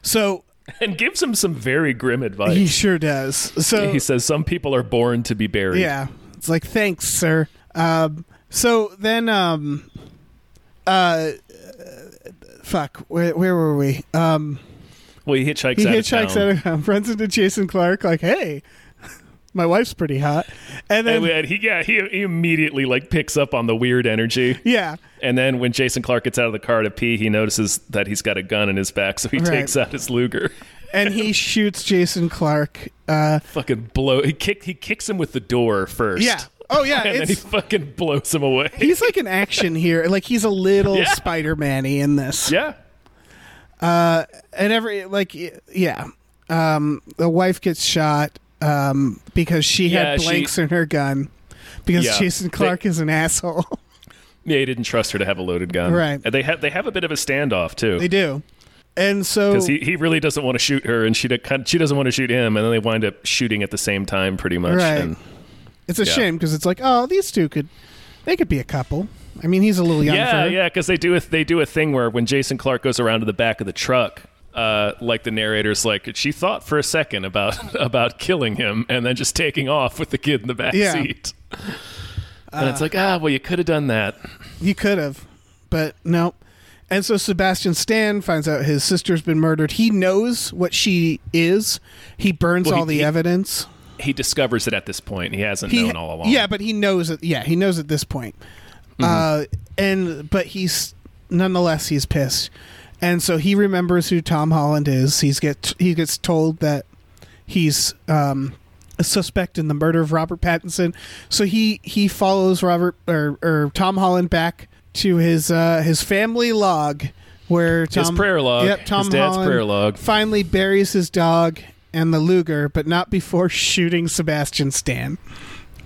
Speaker 2: So
Speaker 1: and gives him some very grim advice.
Speaker 2: he sure does. So
Speaker 1: he says some people are born to be buried.
Speaker 2: yeah, it's like thanks, sir. Um, so then, um, uh, fuck, where, where were we? Um,
Speaker 1: Well, he hitchhikes.
Speaker 2: he
Speaker 1: out Of
Speaker 2: hitchhikes
Speaker 1: town.
Speaker 2: out of town, runs into Jason Clark, like, hey, my wife's pretty hot, and then.
Speaker 1: and then he yeah he, he immediately like picks up on the weird energy
Speaker 2: yeah,
Speaker 1: and then when jason clark gets out of the car to pee he notices that he's got a gun in his back so he
Speaker 2: Right.
Speaker 1: takes out his luger
Speaker 2: and he shoots Jason Clark. Uh,
Speaker 1: fucking blow he kick he kicks him with the door first
Speaker 2: yeah, Oh yeah,
Speaker 1: and then he
Speaker 2: it's,
Speaker 1: fucking blows him away.
Speaker 2: he's like an action here. Like he's a little
Speaker 1: Yeah.
Speaker 2: Spider-Man-y in this.
Speaker 1: yeah.
Speaker 2: and every like y- yeah um the wife gets shot um because she
Speaker 1: Yeah,
Speaker 2: had
Speaker 1: she-
Speaker 2: blanks in her gun because
Speaker 1: Yeah.
Speaker 2: jason clark is an asshole
Speaker 1: Yeah, he didn't trust her to have a loaded gun.
Speaker 2: Right.
Speaker 1: And they have they have a bit of a standoff too.
Speaker 2: they do and so
Speaker 1: Because he, he really doesn't want to shoot her, and she do- kind of- she doesn't want to shoot him, and then they wind up shooting at the same time, pretty much.
Speaker 2: Right.
Speaker 1: And
Speaker 2: it's a
Speaker 1: yeah.
Speaker 2: shame because it's like oh these two could they could be a couple i mean he's a little young for
Speaker 1: yeah,
Speaker 2: her.
Speaker 1: yeah, because they do a, they do a thing where when Jason Clark goes around to the back of the truck, uh, like the narrator's like she thought for a second about about killing him and then just taking off with the kid in the back
Speaker 2: Yeah. Uh.
Speaker 1: seat. And it's like, ah, well, you could have done that.
Speaker 2: you could have but no and so sebastian stan finds out his sister's been murdered he knows what she is he burns
Speaker 1: Well, he-
Speaker 2: all the
Speaker 1: he-
Speaker 2: evidence
Speaker 1: He discovers it at this point. He hasn't known all along. Mm-hmm.
Speaker 2: Yeah, but he knows it. Yeah, he knows at this point. Uh, and but he's nonetheless he's pissed, and so he remembers who Tom Holland is. He's get he gets told that he's um, a suspect in the murder of Robert Pattinson. So he he follows Robert or, or Tom Holland back to his uh, his family log. Where Tom,
Speaker 1: prayer log.
Speaker 2: Yep, Tom
Speaker 1: His dad's
Speaker 2: Holland
Speaker 1: prayer log.
Speaker 2: Finally buries his dog and the Luger, but not before shooting Sebastian Stan.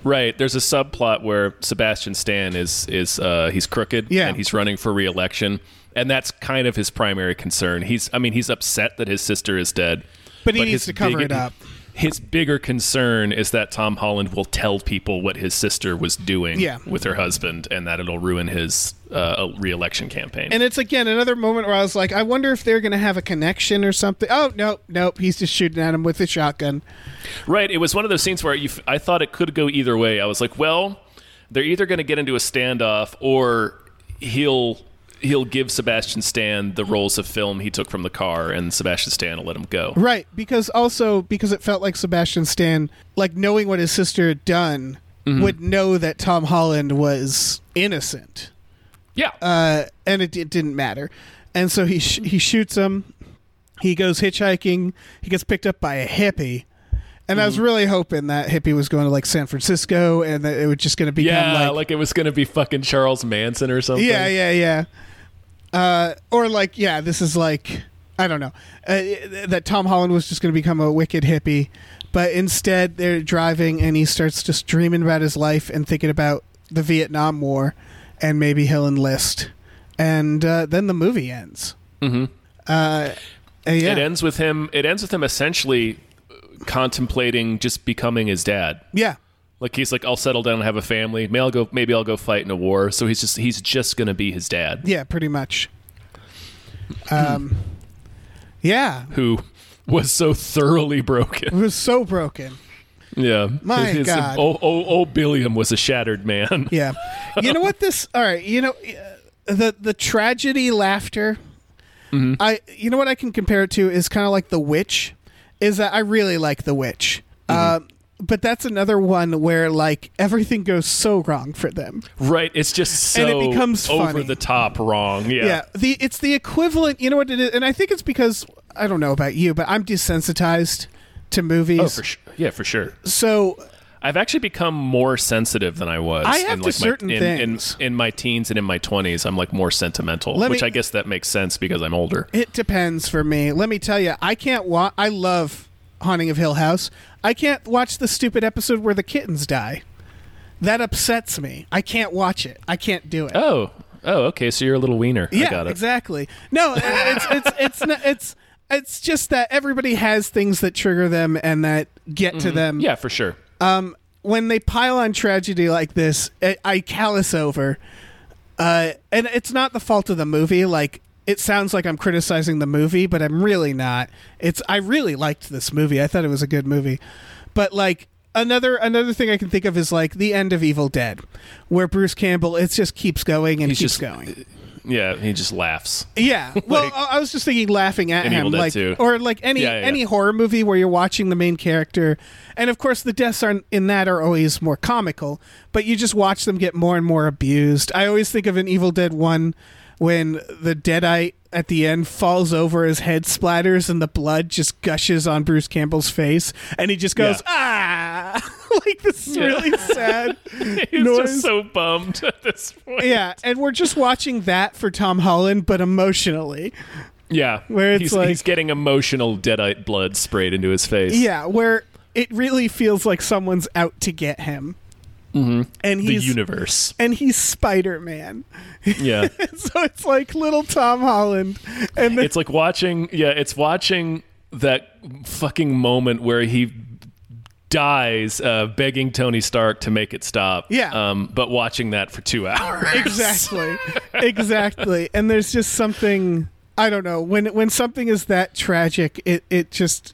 Speaker 1: Right. There's a subplot where Sebastian Stan is is uh, he's crooked
Speaker 2: Yeah.
Speaker 1: and he's running for reelection. And that's kind of his primary concern. He's I mean, he's upset that his sister is dead.
Speaker 2: But he needs
Speaker 1: his
Speaker 2: to cover
Speaker 1: big-
Speaker 2: it up.
Speaker 1: His bigger concern is that Tom Holland will tell people what his sister was doing
Speaker 2: Yeah.
Speaker 1: with her husband and that it'll ruin his uh, reelection campaign.
Speaker 2: And it's again another moment where I was like, I wonder if they're going to have a connection or something. Oh, nope, nope. He's just shooting at him with a shotgun.
Speaker 1: Right. It was one of those scenes where you, f- I thought it could go either way. I was like, well, they're either going to get into a standoff or he'll he'll give Sebastian Stan the rolls of film he took from the car, and Sebastian Stan will let him go.
Speaker 2: Right. Because also, because it felt like Sebastian Stan, like knowing what his sister had done,
Speaker 1: Mm-hmm.
Speaker 2: would know that Tom Holland was innocent.
Speaker 1: Yeah.
Speaker 2: Uh, and it, it didn't matter. And so he, sh- he shoots him. He goes hitchhiking. He gets picked up by a hippie. And I was
Speaker 1: Mm-hmm.
Speaker 2: really hoping that hippie was going to like San Francisco and that it was just going to become
Speaker 1: yeah, like,
Speaker 2: like
Speaker 1: it was going to be fucking Charles Manson or something.
Speaker 2: Yeah, yeah, yeah. Uh, or like, yeah, this is like, I don't know, uh, that Tom Holland was just going to become a wicked hippie, but instead they're driving and he starts just dreaming about his life and thinking about the Vietnam War, and maybe he'll enlist, and uh, then the movie ends. Mm-hmm. Uh, and yeah.
Speaker 1: It ends with him. It ends with him essentially contemplating just becoming his dad.
Speaker 2: yeah.
Speaker 1: Like he's like, I'll settle down and have a family. Maybe I'll go. Maybe I'll go fight in a war. So he's just he's just going to be his dad.
Speaker 2: Yeah. Pretty much. Um. Yeah.
Speaker 1: who was so thoroughly
Speaker 2: It
Speaker 1: broken.
Speaker 2: was so broken.
Speaker 1: Yeah.
Speaker 2: My God.
Speaker 1: Oh, oh, oh, Billiam was a shattered man.
Speaker 2: Yeah. You know what this all right, you know uh, the the tragedy laughter
Speaker 1: Mm-hmm.
Speaker 2: I you know what I can compare it to is kind of like The Witch is that I really like The Witch.
Speaker 1: Mm-hmm.
Speaker 2: Um but that's another one where like everything goes so wrong for them.
Speaker 1: Right. It's just so
Speaker 2: And it becomes
Speaker 1: over
Speaker 2: funny.
Speaker 1: the top wrong. Yeah.
Speaker 2: Yeah. The it's the equivalent, you know what it is and I think it's because I don't know about you, but I'm desensitized to movies.
Speaker 1: Oh, for sure. Yeah, for sure.
Speaker 2: So
Speaker 1: I've actually become more sensitive than I was.
Speaker 2: I
Speaker 1: in
Speaker 2: have
Speaker 1: like
Speaker 2: to
Speaker 1: my,
Speaker 2: certain
Speaker 1: in,
Speaker 2: things.
Speaker 1: In, in my teens and in my twenties, I'm like more sentimental,
Speaker 2: Let me-
Speaker 1: which I guess that makes sense because I'm older.
Speaker 2: It depends for me. Let me tell you, I can't watch. I love Haunting of Hill House. I can't watch the stupid episode where the kittens die. That upsets me. I can't watch it. I can't do it.
Speaker 1: Oh, oh, okay. So you're a little wiener. I
Speaker 2: yeah,
Speaker 1: got it.
Speaker 2: exactly. No, it's it's it's not, it's it's just that everybody has things that trigger them and that get to them.
Speaker 1: Mm-hmm. Yeah, for sure.
Speaker 2: When they pile on tragedy like this, I, I callous over. Uh, and it's not the fault of the movie. Like it sounds like I'm criticizing the movie, but I'm really not. It's I really liked this movie. I thought it was a good movie, but like another another thing I can think of is like the end of Evil Dead, where Bruce Campbell it just keeps going and
Speaker 1: He's
Speaker 2: keeps
Speaker 1: just-
Speaker 2: going.
Speaker 1: Yeah, he just laughs.
Speaker 2: Yeah. Well, I I was just thinking laughing at
Speaker 1: in
Speaker 2: him,
Speaker 1: Evil Dead
Speaker 2: like
Speaker 1: 2.
Speaker 2: or like any
Speaker 1: Yeah, yeah, yeah.
Speaker 2: any horror movie where you're watching the main character, and of course the deaths are in that are always more comical, but you just watch them get more and more abused. I always think of an Evil Dead one when the deadite at the end falls over, his head splatters, and the blood just gushes on Bruce Campbell's face, and he just goes
Speaker 1: Yeah.
Speaker 2: ah. like this is really sad
Speaker 1: He's
Speaker 2: noise.
Speaker 1: just so bummed at this point.
Speaker 2: yeah, and we're just watching that for Tom Holland, but emotionally.
Speaker 1: Yeah.
Speaker 2: Where it's
Speaker 1: he's,
Speaker 2: like-
Speaker 1: he's getting emotional deadite blood sprayed into his face.
Speaker 2: Yeah, where it really feels like someone's out to get him. Mm-hmm. And
Speaker 1: The
Speaker 2: he's
Speaker 1: universe.
Speaker 2: and he's Spider Man.
Speaker 1: Yeah.
Speaker 2: so it's like little Tom Holland, and then
Speaker 1: it's like watching yeah, it's watching that fucking moment where he dies uh, begging Tony Stark to make it stop.
Speaker 2: Yeah.
Speaker 1: Um, but watching that for two hours.
Speaker 2: exactly, exactly, and there's just something I don't know when when something is that tragic, it it just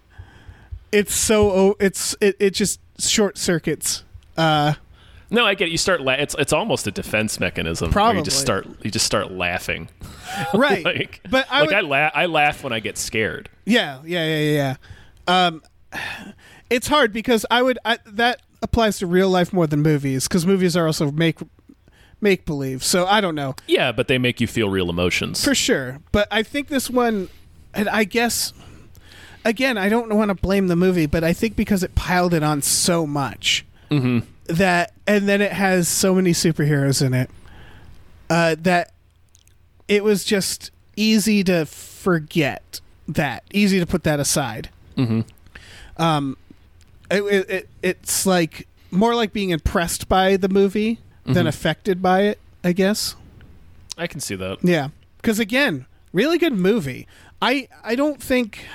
Speaker 2: it's so o- it's it it just short circuits. Uh,
Speaker 1: No, I get it. You start. La- it's it's almost a defense mechanism. where You just
Speaker 2: Probably.
Speaker 1: start. You just start laughing.
Speaker 2: right,
Speaker 1: Like,
Speaker 2: but I
Speaker 1: like
Speaker 2: would-
Speaker 1: I laugh. I laugh when I get scared.
Speaker 2: Yeah, yeah, yeah, yeah, yeah. Um, it's hard because I would I, that applies to real life more than movies because movies are also make make believe. So I don't know
Speaker 1: Yeah, but they make you feel real emotions.
Speaker 2: for sure, but I think this one, and I guess again, I don't want to blame the movie, but I think because it piled it on so much that, and then it has so many superheroes in it uh, that it was just easy to forget that, easy to put that aside. Mm-hmm. Um, it, it, it it's like more like being impressed by the movie than affected by it, I guess.
Speaker 1: I can see that.
Speaker 2: Yeah, because again, really good movie. I I don't think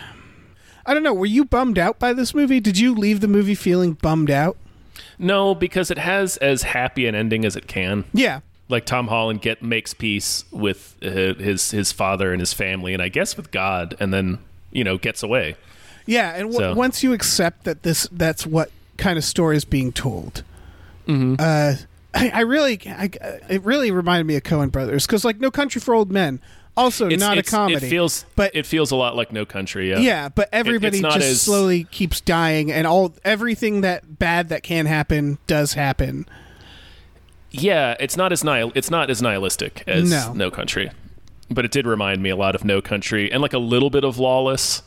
Speaker 2: I don't know. Were you bummed out by this movie? Did you leave the movie feeling bummed out?
Speaker 1: No, because it has as happy an ending as it can.
Speaker 2: Yeah,
Speaker 1: Like Tom Holland get makes peace with uh, his his father and his family, and I guess with God, and then you know gets away.
Speaker 2: yeah. And w-
Speaker 1: So-
Speaker 2: once you accept that this that's what kind of story is being told,
Speaker 1: Mm-hmm.
Speaker 2: uh, I, I really I, it really reminded me of Cohen Brothers because like No Country for Old Men, also
Speaker 1: It's-
Speaker 2: not
Speaker 1: it's-
Speaker 2: a comedy.
Speaker 1: It feels,
Speaker 2: but
Speaker 1: it feels a lot like No Country. Yeah.
Speaker 2: Yeah, but
Speaker 1: it's
Speaker 2: everybody
Speaker 1: not
Speaker 2: just
Speaker 1: as-
Speaker 2: slowly keeps dying, and all everything that bad that can happen does happen.
Speaker 1: yeah, it's not as nihil- it's not as nihilistic as
Speaker 2: No.
Speaker 1: no. Country, but it did remind me a lot of No Country and like a little bit of Lawless,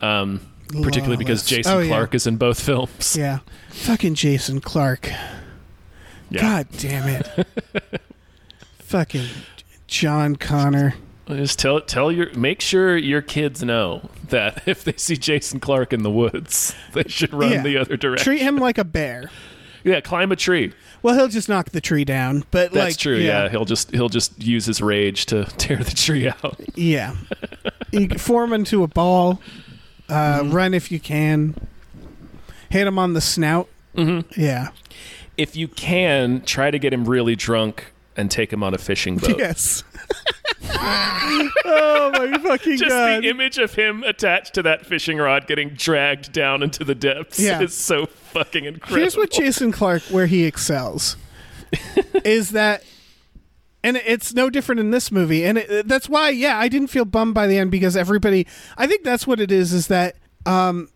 Speaker 1: um, particularly because
Speaker 2: Lawless.
Speaker 1: Jason
Speaker 2: Oh, yeah.
Speaker 1: Clark is in both films.
Speaker 2: Yeah. Fucking Jason Clark.
Speaker 1: Yeah.
Speaker 2: God damn it. Fucking John Connor.
Speaker 1: just tell tell your make sure your kids know that if they see Jason Clark in the woods, they should run
Speaker 2: Yeah.
Speaker 1: the other direction.
Speaker 2: Treat him like a bear.
Speaker 1: Yeah, climb a tree.
Speaker 2: Well, he'll just knock the tree down, but
Speaker 1: That's
Speaker 2: like
Speaker 1: true. Yeah. he'll just he'll just use his rage to tear the tree out.
Speaker 2: Yeah. you can form into a ball. Uh,
Speaker 1: Mm-hmm.
Speaker 2: run if you can. Hit him on the snout. Mm-hmm. Yeah.
Speaker 1: If you can, try to get him really drunk and take him on a fishing boat.
Speaker 2: Yes. oh my fucking
Speaker 1: just
Speaker 2: god.
Speaker 1: the image of him attached to that fishing rod getting dragged down into the depths
Speaker 2: Yeah.
Speaker 1: is so fucking incredible.
Speaker 2: Here's what Jason Clark where he excels is that and it's no different in this movie and it, that's why yeah I didn't feel bummed by the end because everybody I think that's what it is is that um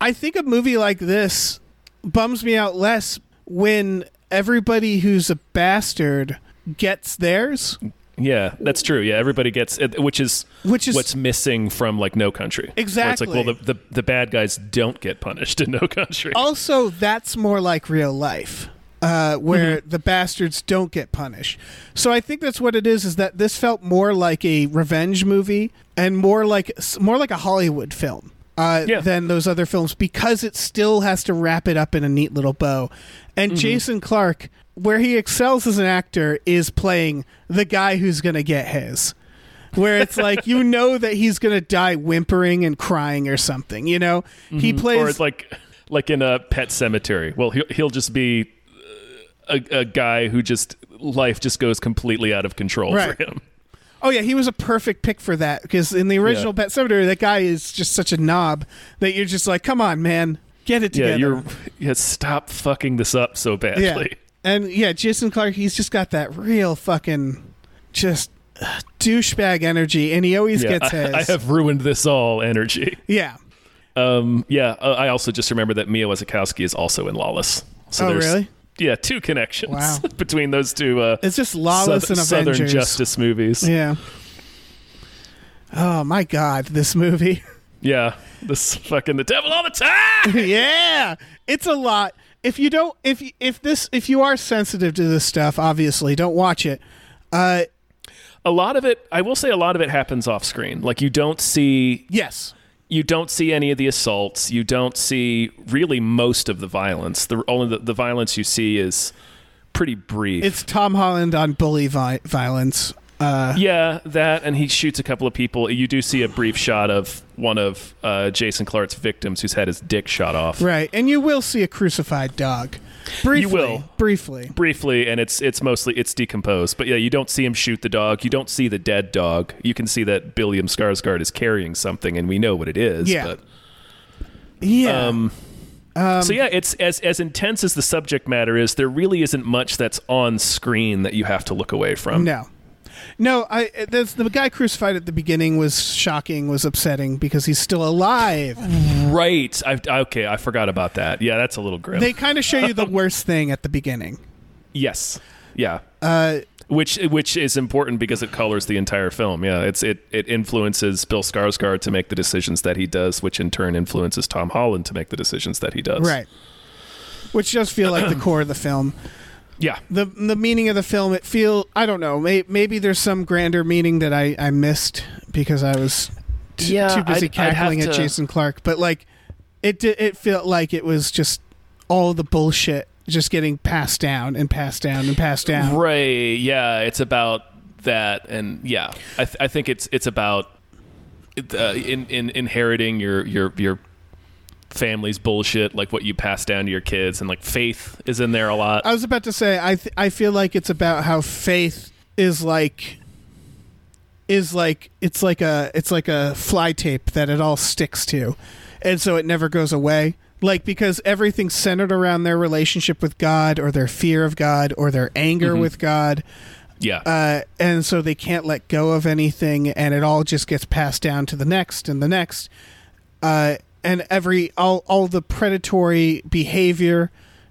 Speaker 2: I think a movie like this bums me out less when everybody who's a bastard gets theirs
Speaker 1: yeah, that's true. Yeah, everybody gets it, which is
Speaker 2: Which is-
Speaker 1: what's missing from like No Country. Where
Speaker 2: Exactly.
Speaker 1: it's like well, the, the the bad guys don't get punished in No Country.
Speaker 2: also that's more like real life uh, where
Speaker 1: Mm-hmm.
Speaker 2: the bastards don't get punished so i think that's what it is is that this felt more like a revenge movie and more like more like a hollywood film uh,
Speaker 1: Yeah.
Speaker 2: than those other films because it still has to wrap it up in a neat little bow and
Speaker 1: Mm-hmm.
Speaker 2: jason clark where he excels as an actor is playing the guy who's going to get his where it's like you know that he's going to die whimpering and crying or something you know he plays
Speaker 1: Mm-hmm. or it's like like in a pet cemetery. Well, he'll he'll just be uh, a, a guy who just life just goes completely out of control
Speaker 2: Right.
Speaker 1: for him.
Speaker 2: Oh yeah, he was a perfect pick for that because in the original
Speaker 1: Yeah.
Speaker 2: Pet Cemetery, that guy is just such a knob that you're just like, come on, man, get it together.
Speaker 1: Yeah, you're yeah, stop fucking this up so
Speaker 2: yeah.
Speaker 1: badly.
Speaker 2: And yeah, Jason Clark, he's just got that real fucking just uh, douchebag energy, and he always
Speaker 1: Yeah,
Speaker 2: gets his.
Speaker 1: I, I have ruined this all energy.
Speaker 2: yeah,
Speaker 1: Yeah, uh, I also just remember that Mia Wasikowska is also in Lawless. So
Speaker 2: Oh,
Speaker 1: there's,
Speaker 2: really?
Speaker 1: Yeah, two connections
Speaker 2: Wow.
Speaker 1: between those two. Uh,
Speaker 2: it's just lawless
Speaker 1: Southern,
Speaker 2: and
Speaker 1: Southern
Speaker 2: Avengers.
Speaker 1: Justice movies. Yeah,
Speaker 2: Yeah. Oh my God, this movie.
Speaker 1: this fucking the devil all the time.
Speaker 2: yeah, it's a lot. if you don't if you- if this if you are sensitive to this stuff, obviously don't watch it. Uh,
Speaker 1: A lot of it, I will say, a lot of it happens off screen. Like you don't see
Speaker 2: yes,
Speaker 1: you don't see any of the assaults. You don't see really most of the violence. The only the, the violence you see is pretty brief.
Speaker 2: it's Tom Holland on bully vi- violence. Uh,
Speaker 1: yeah, that, and he shoots a couple of people. You do see a brief shot of one of uh, Jason Clark's victims who's had his dick shot off
Speaker 2: right, and you will see a crucified dog. Briefly,
Speaker 1: will.
Speaker 2: briefly.
Speaker 1: briefly, and it's it's mostly it's decomposed. But yeah, you don't see him shoot the dog. You don't see the dead dog. You can see that Billiam Skarsgård is carrying something, and we know what it is.
Speaker 2: Yeah.
Speaker 1: But
Speaker 2: Yeah,
Speaker 1: Um, so yeah, it's as as intense as the subject matter is. There really isn't much that's on screen that you have to look away from.
Speaker 2: no, no. I that's, the guy crucified at the beginning was shocking, was upsetting because he's still alive.
Speaker 1: Right. I, okay, I forgot about that. Yeah, that's a little grim.
Speaker 2: They kind of show you the worst thing at the beginning.
Speaker 1: yes. Yeah. Uh, which which is important because it colors the entire film. Yeah, it's it it influences Bill Skarsgård to make the decisions that he does, which in turn influences Tom Holland to make the decisions that he does.
Speaker 2: Right. Which does feel like the core of the film.
Speaker 1: Yeah.
Speaker 2: The the meaning of the film, it feel I don't know, may, maybe there's some grander meaning that I, I missed because I was t-
Speaker 1: Yeah,
Speaker 2: too busy
Speaker 1: I'd- I'd have
Speaker 2: cackling at
Speaker 1: to-
Speaker 2: Jason Clark, but like it di- it felt like it was just all the bullshit just getting passed down and passed down and passed down.
Speaker 1: Right. Yeah. It's about that, and yeah, I, th- I think it's it's about uh, in, in inheriting your your your family's bullshit, like what you pass down to your kids, and like faith is in there a lot.
Speaker 2: I was about to say I th- I feel like it's about how faith is like is like it's like a it's like a fly tape that it all sticks to and so it never goes away like because everything's centered around their relationship with God or their fear of God or their anger
Speaker 1: Mm-hmm.
Speaker 2: with God
Speaker 1: yeah.
Speaker 2: uh, and so they can't let go of anything, and it all just gets passed down to the next and the next, uh, and every all all the predatory behavior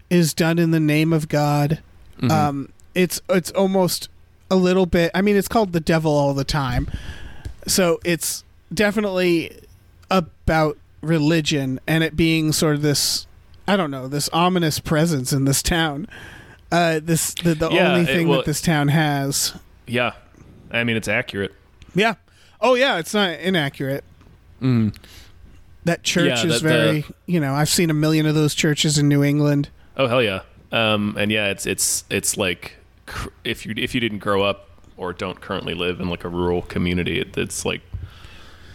Speaker 2: is done in the name of God.
Speaker 1: Mm-hmm.
Speaker 2: Um, it's it's almost a little bit. I mean, it's called the devil all the time, so it's definitely about religion and it being sort of this. I don't know this ominous presence in this town. Uh, this the, the
Speaker 1: Yeah,
Speaker 2: only
Speaker 1: it-
Speaker 2: thing
Speaker 1: well-
Speaker 2: that this town has.
Speaker 1: yeah. I mean, it's accurate.
Speaker 2: Yeah. Oh yeah, it's not inaccurate. That church
Speaker 1: Mm. Yeah,
Speaker 2: is
Speaker 1: that-
Speaker 2: very,
Speaker 1: the-
Speaker 2: you know, I've seen a million of those churches in New England.
Speaker 1: Oh hell yeah. Um, and yeah, it's it's it's like cr- if you if you didn't grow up or don't currently live in like a rural community, it, it's like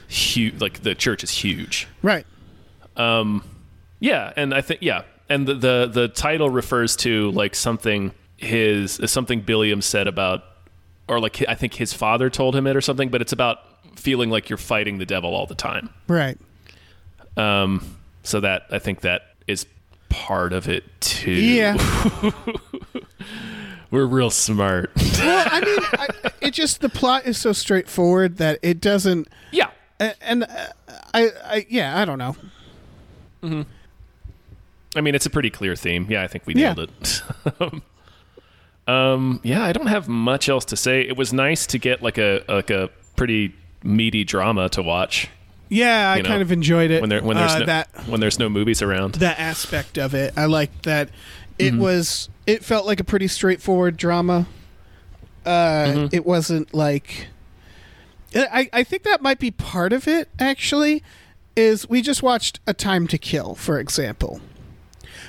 Speaker 1: huge. Like the church is huge.
Speaker 2: Right.
Speaker 1: Yeah, and I think yeah, and the the, the title refers to like something his something Billiam said about, or like I think his father told him it or something. But it's about feeling like you're fighting the devil all the time.
Speaker 2: Right.
Speaker 1: Um, so that I think that is part of it too.
Speaker 2: Yeah.
Speaker 1: we're real smart.
Speaker 2: well, I mean, I, it just the plot is so straightforward that it doesn't
Speaker 1: yeah,
Speaker 2: a- and uh, I I yeah, I don't know.
Speaker 1: I mean it's a pretty clear theme. Yeah, I think we
Speaker 2: Yeah.
Speaker 1: nailed it. um, yeah, I don't have much else to say. It was nice to get like a like a pretty meaty drama to watch.
Speaker 2: Yeah, I
Speaker 1: you know,
Speaker 2: kind of enjoyed it
Speaker 1: when there when there's
Speaker 2: uh,
Speaker 1: no,
Speaker 2: that
Speaker 1: when there's no movies around.
Speaker 2: that aspect of it. I liked that it was it felt like a pretty straightforward drama. Uh it wasn't like I, I think that might be part of it actually is we just watched A Time to Kill, for example.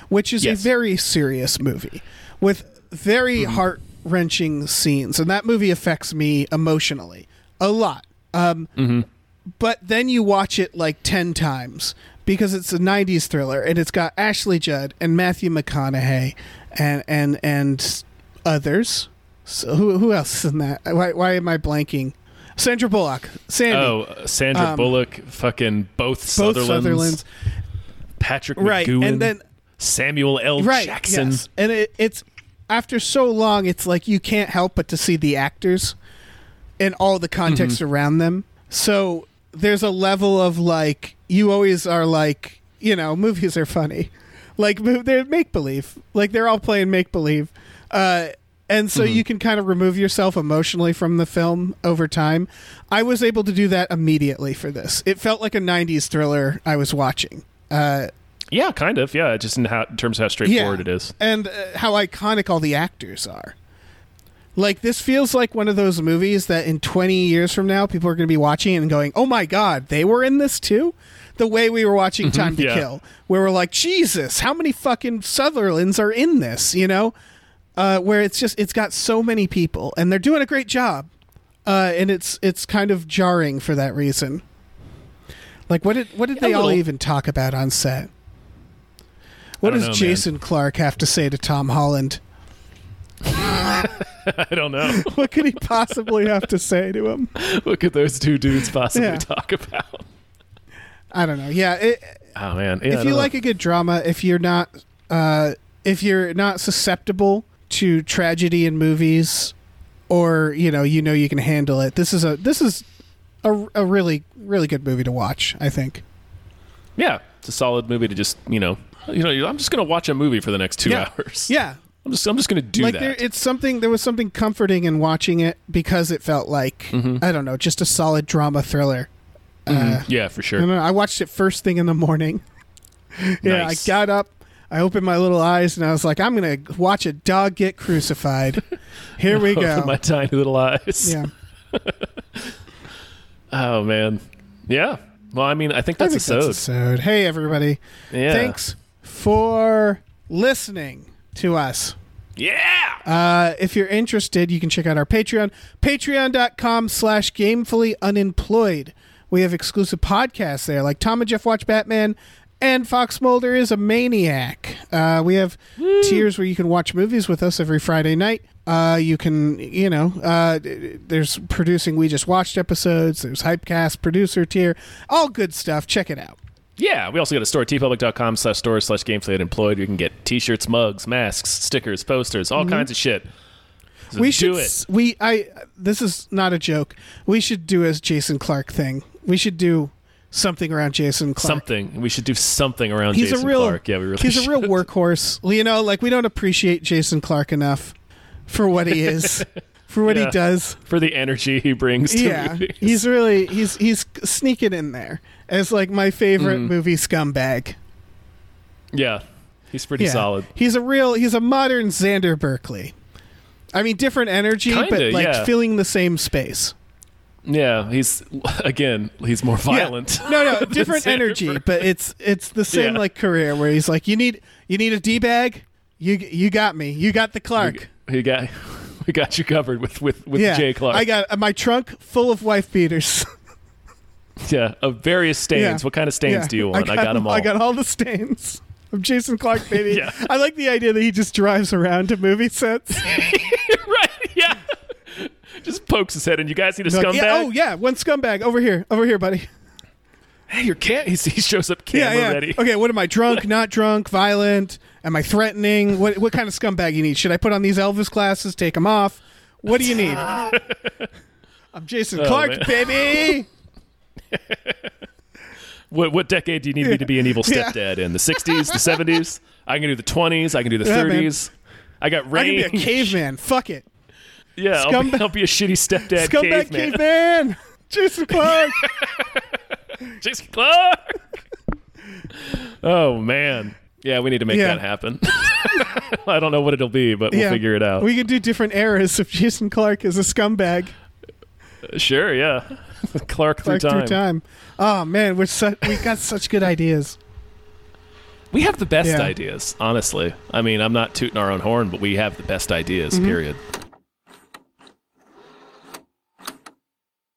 Speaker 2: Which is
Speaker 1: Yes. Mm-hmm.
Speaker 2: a very serious movie with very heart wrenching scenes, and that movie affects me emotionally a lot Um,
Speaker 1: Mm-hmm.
Speaker 2: but then you watch it like 10 times because it's a 90s thriller and it's got Ashley Judd and Matthew McConaughey and and and others so who who else is in that why why am I blanking Sandra Bullock Sandy
Speaker 1: oh, Sandra Bullock, fucking both
Speaker 2: Um, both
Speaker 1: Sutherlands,
Speaker 2: Sutherlands
Speaker 1: Patrick
Speaker 2: right
Speaker 1: McGowan,
Speaker 2: and then
Speaker 1: Samuel L.
Speaker 2: right
Speaker 1: Jackson.
Speaker 2: yes. and it, it's after so long it's like you can't help but to see the actors and all the context around them so there's a level of like you always are like you know movies are funny like mo- they're make believe like they're all playing make believe uh and so you can kind of remove yourself emotionally from the film over time. I was able to do that immediately for this. It felt like a 90s thriller I was watching. Uh,
Speaker 1: Yeah, kind of. Yeah, just in, how, in terms of how straightforward it is.
Speaker 2: and uh, how iconic all the actors are. Like this feels like one of those movies that in 20 years from now people are going to be watching it and going, "Oh my god, they were in this too." The way we were watching Time to
Speaker 1: Mm-hmm. yeah.
Speaker 2: Kill, where we're like, "Jesus, how many fucking Sutherlands are in this?" You know, uh, where it's just it's got so many people and they're doing a great job, uh, and it's it's kind of jarring for that reason. Like, what did what did
Speaker 1: a
Speaker 2: they all
Speaker 1: little.
Speaker 2: even talk about on set? What
Speaker 1: don't
Speaker 2: does
Speaker 1: know, man.
Speaker 2: Jason Clark have to say to Tom Holland?
Speaker 1: I don't know.
Speaker 2: What could he possibly have to say to him?
Speaker 1: what could those two dudes possibly
Speaker 2: Yeah.
Speaker 1: talk about?
Speaker 2: I don't know. Yeah, it,
Speaker 1: Oh man. Yeah, I
Speaker 2: if
Speaker 1: don't
Speaker 2: you
Speaker 1: know.
Speaker 2: like a good drama, if you're not, uh, if you're not susceptible to tragedy in movies, or you know, you know you can handle it. This is a this is a, a really really good movie to watch. I think.
Speaker 1: yeah, it's a solid movie to just you know, you know, I'm just gonna watch a movie for the next two
Speaker 2: Yeah.
Speaker 1: hours.
Speaker 2: Yeah,
Speaker 1: I'm just I'm just gonna do
Speaker 2: like
Speaker 1: that.
Speaker 2: there, it's something. There was something comforting in watching it because it felt like
Speaker 1: Mm-hmm.
Speaker 2: I don't know, just a solid drama thriller.
Speaker 1: yeah, for sure.
Speaker 2: I don't know. I watched it first thing in the morning. yeah,
Speaker 1: Nice.
Speaker 2: I got up. I opened my little eyes and I was like, I'm gonna watch a dog get crucified. Here we
Speaker 1: Open
Speaker 2: go.
Speaker 1: my tiny little eyes.
Speaker 2: yeah,
Speaker 1: Oh man. Yeah. Well, I mean, I think
Speaker 2: I
Speaker 1: that's
Speaker 2: think
Speaker 1: a sode.
Speaker 2: that's episode. Hey everybody,
Speaker 1: Yeah.
Speaker 2: thanks for listening to us.
Speaker 1: Yeah.
Speaker 2: Uh, if you're interested, you can check out our Patreon, patreon.com slash gamefully unemployed. We have exclusive podcasts there, like Tom and Jeff Watch Batman, and Fox Mulder is a maniac. Uh, we have tiers where you can watch movies with us every Friday night. Uh, you can, you know, uh, d- d- there's producing We Just Watched episodes, there's Hypecast producer tier, all good stuff. Check it out.
Speaker 1: Yeah, we also got a store, tpublic.com slash store slash gameplay employed. You can get t shirts, mugs, masks, stickers, posters, all kinds of shit. So
Speaker 2: Mhm. we
Speaker 1: do
Speaker 2: should
Speaker 1: it.
Speaker 2: s- we i this is not a joke we should do as jason clark thing we should do something around jason clark
Speaker 1: Something. We should do something around
Speaker 2: he's
Speaker 1: Jason
Speaker 2: a real
Speaker 1: Clark. Yeah, we really
Speaker 2: he's
Speaker 1: should.
Speaker 2: a real workhorse you know like we don't appreciate jason clark enough for what he is for what
Speaker 1: Yeah.
Speaker 2: he does
Speaker 1: For the energy he brings to
Speaker 2: yeah
Speaker 1: movies.
Speaker 2: he's really he's he's sneaking in there as like my favorite
Speaker 1: Mm-hmm.
Speaker 2: movie scumbag
Speaker 1: yeah, he's pretty
Speaker 2: yeah
Speaker 1: solid.
Speaker 2: he's a real he's a modern xander berkeley i mean different energy
Speaker 1: Kinda,
Speaker 2: but like
Speaker 1: yeah.
Speaker 2: filling the same space
Speaker 1: Yeah, he's, again, he's more
Speaker 2: Yeah.
Speaker 1: violent.
Speaker 2: No, no,
Speaker 1: than
Speaker 2: different
Speaker 1: Xander
Speaker 2: energy,
Speaker 1: Berkeley.
Speaker 2: but it's it's the same
Speaker 1: Yeah.
Speaker 2: like career where he's like, you need you need a d bag, you you got me, you got the Clark,
Speaker 1: We got, we got you covered with, with, with
Speaker 2: yeah,
Speaker 1: Jay Clark.
Speaker 2: I got uh, my trunk full of wife beaters.
Speaker 1: yeah, of various stains.
Speaker 2: Yeah.
Speaker 1: What kind of stains
Speaker 2: Yeah.
Speaker 1: do you want? I got, them all.
Speaker 2: I got all the stains. I'm Jason Clark, baby.
Speaker 1: Yeah.
Speaker 2: I like the idea that he just drives around to movie sets.
Speaker 1: right, yeah. Just pokes his head in. You guys need a
Speaker 2: Like,
Speaker 1: scumbag?
Speaker 2: yeah, oh yeah, one scumbag over here, over here, buddy.
Speaker 1: Hey, your cat. He, he shows up
Speaker 2: Yeah,
Speaker 1: camera
Speaker 2: yeah.
Speaker 1: ready.
Speaker 2: Okay, what am I drunk? not drunk? Violent? Am I threatening? What what kind of scumbag you need? Should I put on these Elvis glasses? Take them off? What do you need? I'm Jason Clark,
Speaker 1: Oh, man.
Speaker 2: baby.
Speaker 1: What, what decade do you need me to be an evil
Speaker 2: Yeah.
Speaker 1: stepdad in? The 60s, the 70s? I can do the 20s. I can do the
Speaker 2: Yeah, man.
Speaker 1: 30s. I got
Speaker 2: I can
Speaker 1: range.
Speaker 2: be a caveman. Fuck it,
Speaker 1: Yeah, I'll be,
Speaker 2: scumbag-
Speaker 1: I'll be a shitty stepdad
Speaker 2: scumbag
Speaker 1: caveman.
Speaker 2: caveman. Jason Clark.
Speaker 1: Jason Clark. oh, man. Yeah, we need to make
Speaker 2: Yeah.
Speaker 1: that happen. I don't know what it'll be, but we'll
Speaker 2: Yeah.
Speaker 1: figure it out.
Speaker 2: We could do different eras of Jason Clark as a scumbag.
Speaker 1: sure, yeah. Clark,
Speaker 2: Clark
Speaker 1: through, time.
Speaker 2: through time. Oh man, we're su- we got such good ideas.
Speaker 1: We have the best
Speaker 2: Yeah.
Speaker 1: ideas, honestly. I mean, I'm not tooting our own horn, but we have the best ideas, period.